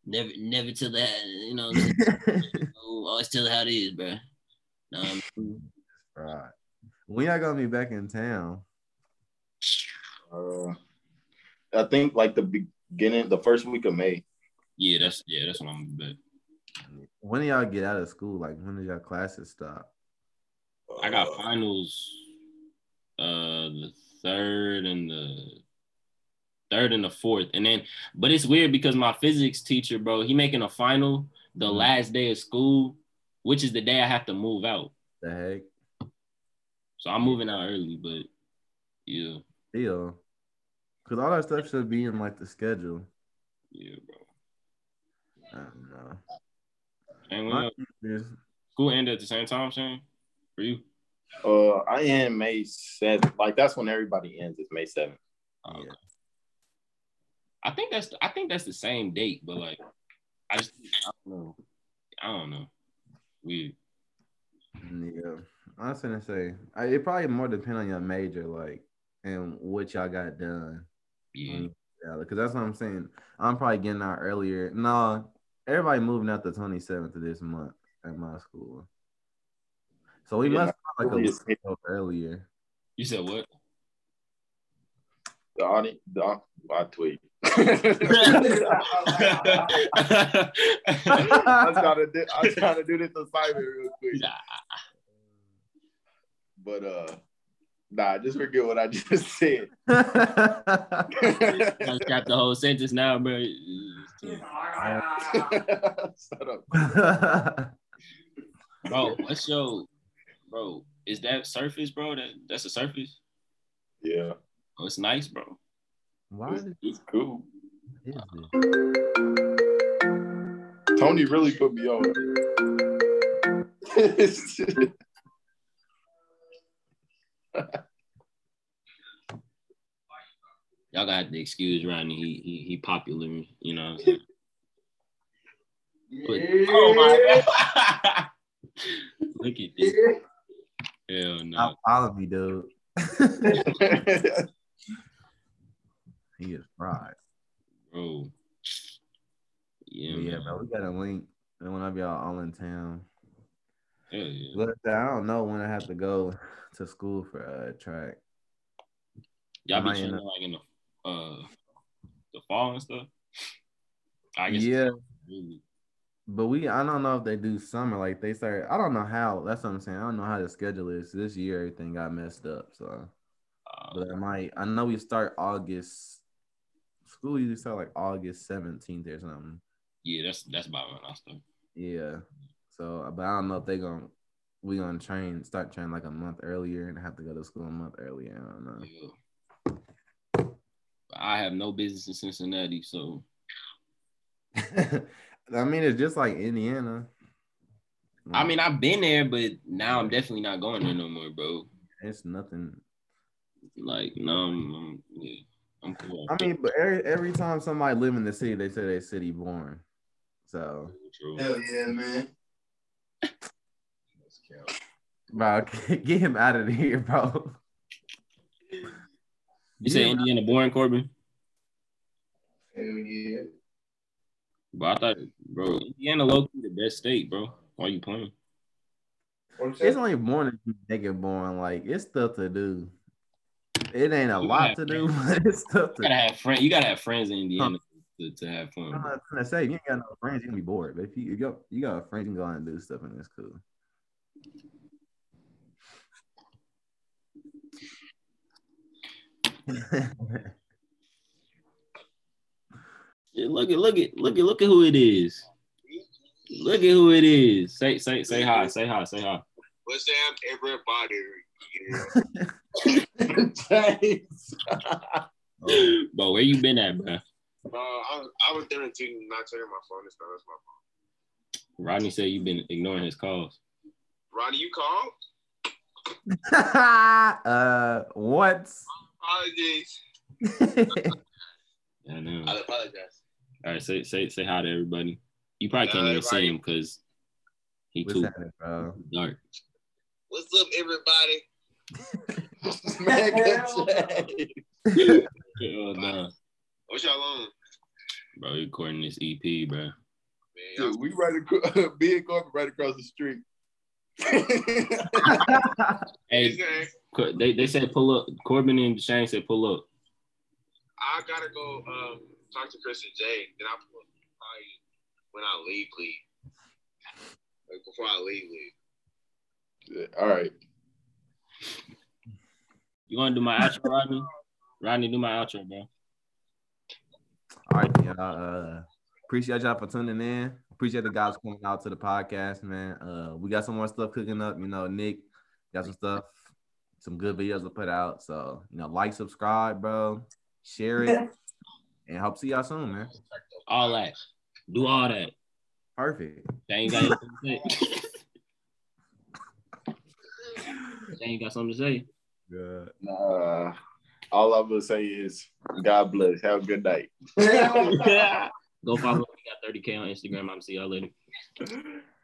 Speaker 3: Never, never till that, you know. what I'm saying? Oh, Always tell it how it is, bro. Um,
Speaker 2: Right. When y'all gonna be back in town?
Speaker 1: Uh, I think like the beginning, the first week of May.
Speaker 3: yeah, that's yeah, that's what I'm about.
Speaker 2: When do y'all get out of school? Like when do y'all classes stop?
Speaker 3: I got
Speaker 1: Uh,
Speaker 3: finals, uh, the third and the third and the fourth, and then but it's weird because my physics teacher, bro, he making a final the
Speaker 2: Mhm.
Speaker 3: last day of school, which is the day I have to move out.
Speaker 2: The heck?
Speaker 3: So I'm moving out early, but yeah,
Speaker 2: Deal. Cause all that stuff should be in like the schedule.
Speaker 3: yeah, bro.
Speaker 2: I don't know.
Speaker 3: And
Speaker 2: My
Speaker 3: when
Speaker 2: teachers-
Speaker 3: school ended at the same time, Shane, for you?
Speaker 1: Uh, I am May seventh. Like that's when everybody ends. Is May seventh.
Speaker 3: Oh,
Speaker 2: Yeah.
Speaker 3: okay. I think that's I think that's the same date, but like I just I don't know. I don't know. Weird.
Speaker 2: Yeah, I was gonna say I, it probably more depend on your major, like, and what y'all got done.
Speaker 3: Yeah.
Speaker 2: Because that's what I'm saying. I'm probably getting out earlier. No, everybody moving out the 27th of this month at my school. So we
Speaker 1: Yeah,
Speaker 2: must start, like a
Speaker 1: really
Speaker 2: week
Speaker 1: is it.
Speaker 2: or so
Speaker 3: <laughs>
Speaker 2: earlier.
Speaker 3: You said what?
Speaker 1: The audience. The, au- I tweet. <laughs>
Speaker 3: Nah,
Speaker 1: I'm trying to do. I'm trying to do this assignment real quick. But uh, nah, just forget what I just <laughs> said.
Speaker 3: I got the whole sentence now, bro.
Speaker 1: Shut up.
Speaker 3: Bro, what's your bro? Is that surface, bro? That that's a surface?
Speaker 1: Yeah,
Speaker 3: Oh, it's nice, bro.
Speaker 2: <laughs> Why is this?
Speaker 1: it's cool. Tony really put me on. <laughs>
Speaker 3: Y'all got to excuse Rodney. He he, he popular. You know what I'm saying? But-
Speaker 4: Oh my god.
Speaker 3: <laughs> Look at this. Hell
Speaker 2: I
Speaker 3: no.
Speaker 2: follow you, dude.
Speaker 1: <laughs>
Speaker 2: He is fried.
Speaker 3: Bro. Yeah,
Speaker 2: But yeah,
Speaker 3: man.
Speaker 2: bro. We got a link. And whenever y'all all in town,
Speaker 3: Hell yeah.
Speaker 2: but I don't know when I have to go to school for uh, track.
Speaker 3: Y'all be
Speaker 2: Might end
Speaker 3: chilling like in the uh the fall and stuff. I guess
Speaker 2: Yeah,
Speaker 3: really.
Speaker 2: but we I don't know if they do summer. Like they start. I don't know how. That's what I'm saying. I don't know how the schedule is. This year everything got messed up. So,
Speaker 3: uh,
Speaker 2: but I might. I know we start August. School usually start like August 17th or something.
Speaker 3: yeah, that's that's about when I start.
Speaker 2: Yeah. So, but I don't know if they gonna we gonna train start training like a month earlier and have to go to school a month earlier. I don't know.
Speaker 3: Yeah. But I have no business in Cincinnati, so
Speaker 2: <laughs> I mean, it's just like Indiana.
Speaker 3: I
Speaker 2: Mm.
Speaker 3: mean I've been there, but now I'm definitely not going there no more, bro.
Speaker 2: it's nothing.
Speaker 3: Like no, I'm, I'm, yeah, I'm cool.
Speaker 2: I mean, but every, every time somebody live in the city, they say they city born. So,
Speaker 3: True.
Speaker 1: Hell yeah, man.
Speaker 2: bro, <laughs> get him out of here, bro.
Speaker 3: You say
Speaker 2: Yeah.
Speaker 3: Indiana born Corbin,
Speaker 1: Hell yeah.
Speaker 3: but I thought, bro, Indiana low key the best state, bro. Why you playing?
Speaker 1: What's
Speaker 2: It's only born if you make it born. Like it's stuff to do. It ain't a
Speaker 3: You
Speaker 2: lot
Speaker 3: have
Speaker 2: to do, <laughs> but it's stuff to
Speaker 3: You gotta have friends. You gotta have friends in Indiana to, to have fun.
Speaker 2: I'm
Speaker 3: bro.
Speaker 2: not trying to say if you ain't got no friends, you gonna be bored. But if you you got you got friends, you can go out and do stuff, and it's cool. <laughs>
Speaker 3: Yeah, look at look at look at look at who it is. Look at who it is. Say say say hi. Say hi. Say <laughs> hi.
Speaker 5: What's up, everybody? Yeah.
Speaker 3: Bro, where you been at, bro?
Speaker 5: uh, I, was- I was doing too, not checking my phone this time. That's my phone.
Speaker 3: Rodney said you've been ignoring his calls.
Speaker 5: Ronnie, you called?
Speaker 2: uh, what? <laughs>
Speaker 5: Apologies.
Speaker 3: I know.
Speaker 5: I apologize.
Speaker 3: All right, say say say hi to everybody. You probably can't
Speaker 5: Hi,
Speaker 3: even see
Speaker 5: everybody.
Speaker 3: him because he
Speaker 2: What's
Speaker 3: too
Speaker 2: happening, bro?
Speaker 3: dark.
Speaker 5: What's up, everybody?
Speaker 1: <laughs> Man, that's-
Speaker 3: Hell uh, nah.
Speaker 5: What's y'all on?
Speaker 3: Bro, you recording this EP, bro.
Speaker 5: Man, y'all-
Speaker 1: Dude, we right across, <laughs> me and Corbin right across the street. <laughs>
Speaker 3: Hey, Cor- they, they said pull up. Corbin and Shane said pull up.
Speaker 5: I gotta go um, talk to Chris and Jay. Then I'll pull up probably when I leave, leave. Like before I leave, leave.
Speaker 1: Yeah, All right.
Speaker 3: You want to do my
Speaker 5: <laughs>
Speaker 3: outro, Rodney? Rodney, do my outro, bro.
Speaker 2: All right, y'all. Uh, appreciate y'all for tuning in. Appreciate the guys coming out to the podcast, man. Uh, we got some more stuff cooking up. You know, Nick got some stuff, some good videos to put out. So you know, like, subscribe, bro, share it, and hope to see y'all soon, man.
Speaker 3: All that. Do all that.
Speaker 2: Perfect.
Speaker 3: Shane got anything to
Speaker 5: <laughs>
Speaker 3: say. Shane got something to say.
Speaker 2: Good.
Speaker 1: Nah, Uh, all I'm gonna say is God bless. Have a good night.
Speaker 3: <laughs>
Speaker 1: <laughs>
Speaker 5: <laughs>
Speaker 3: Go follow. We got 30K on Instagram. I'm see y'all later.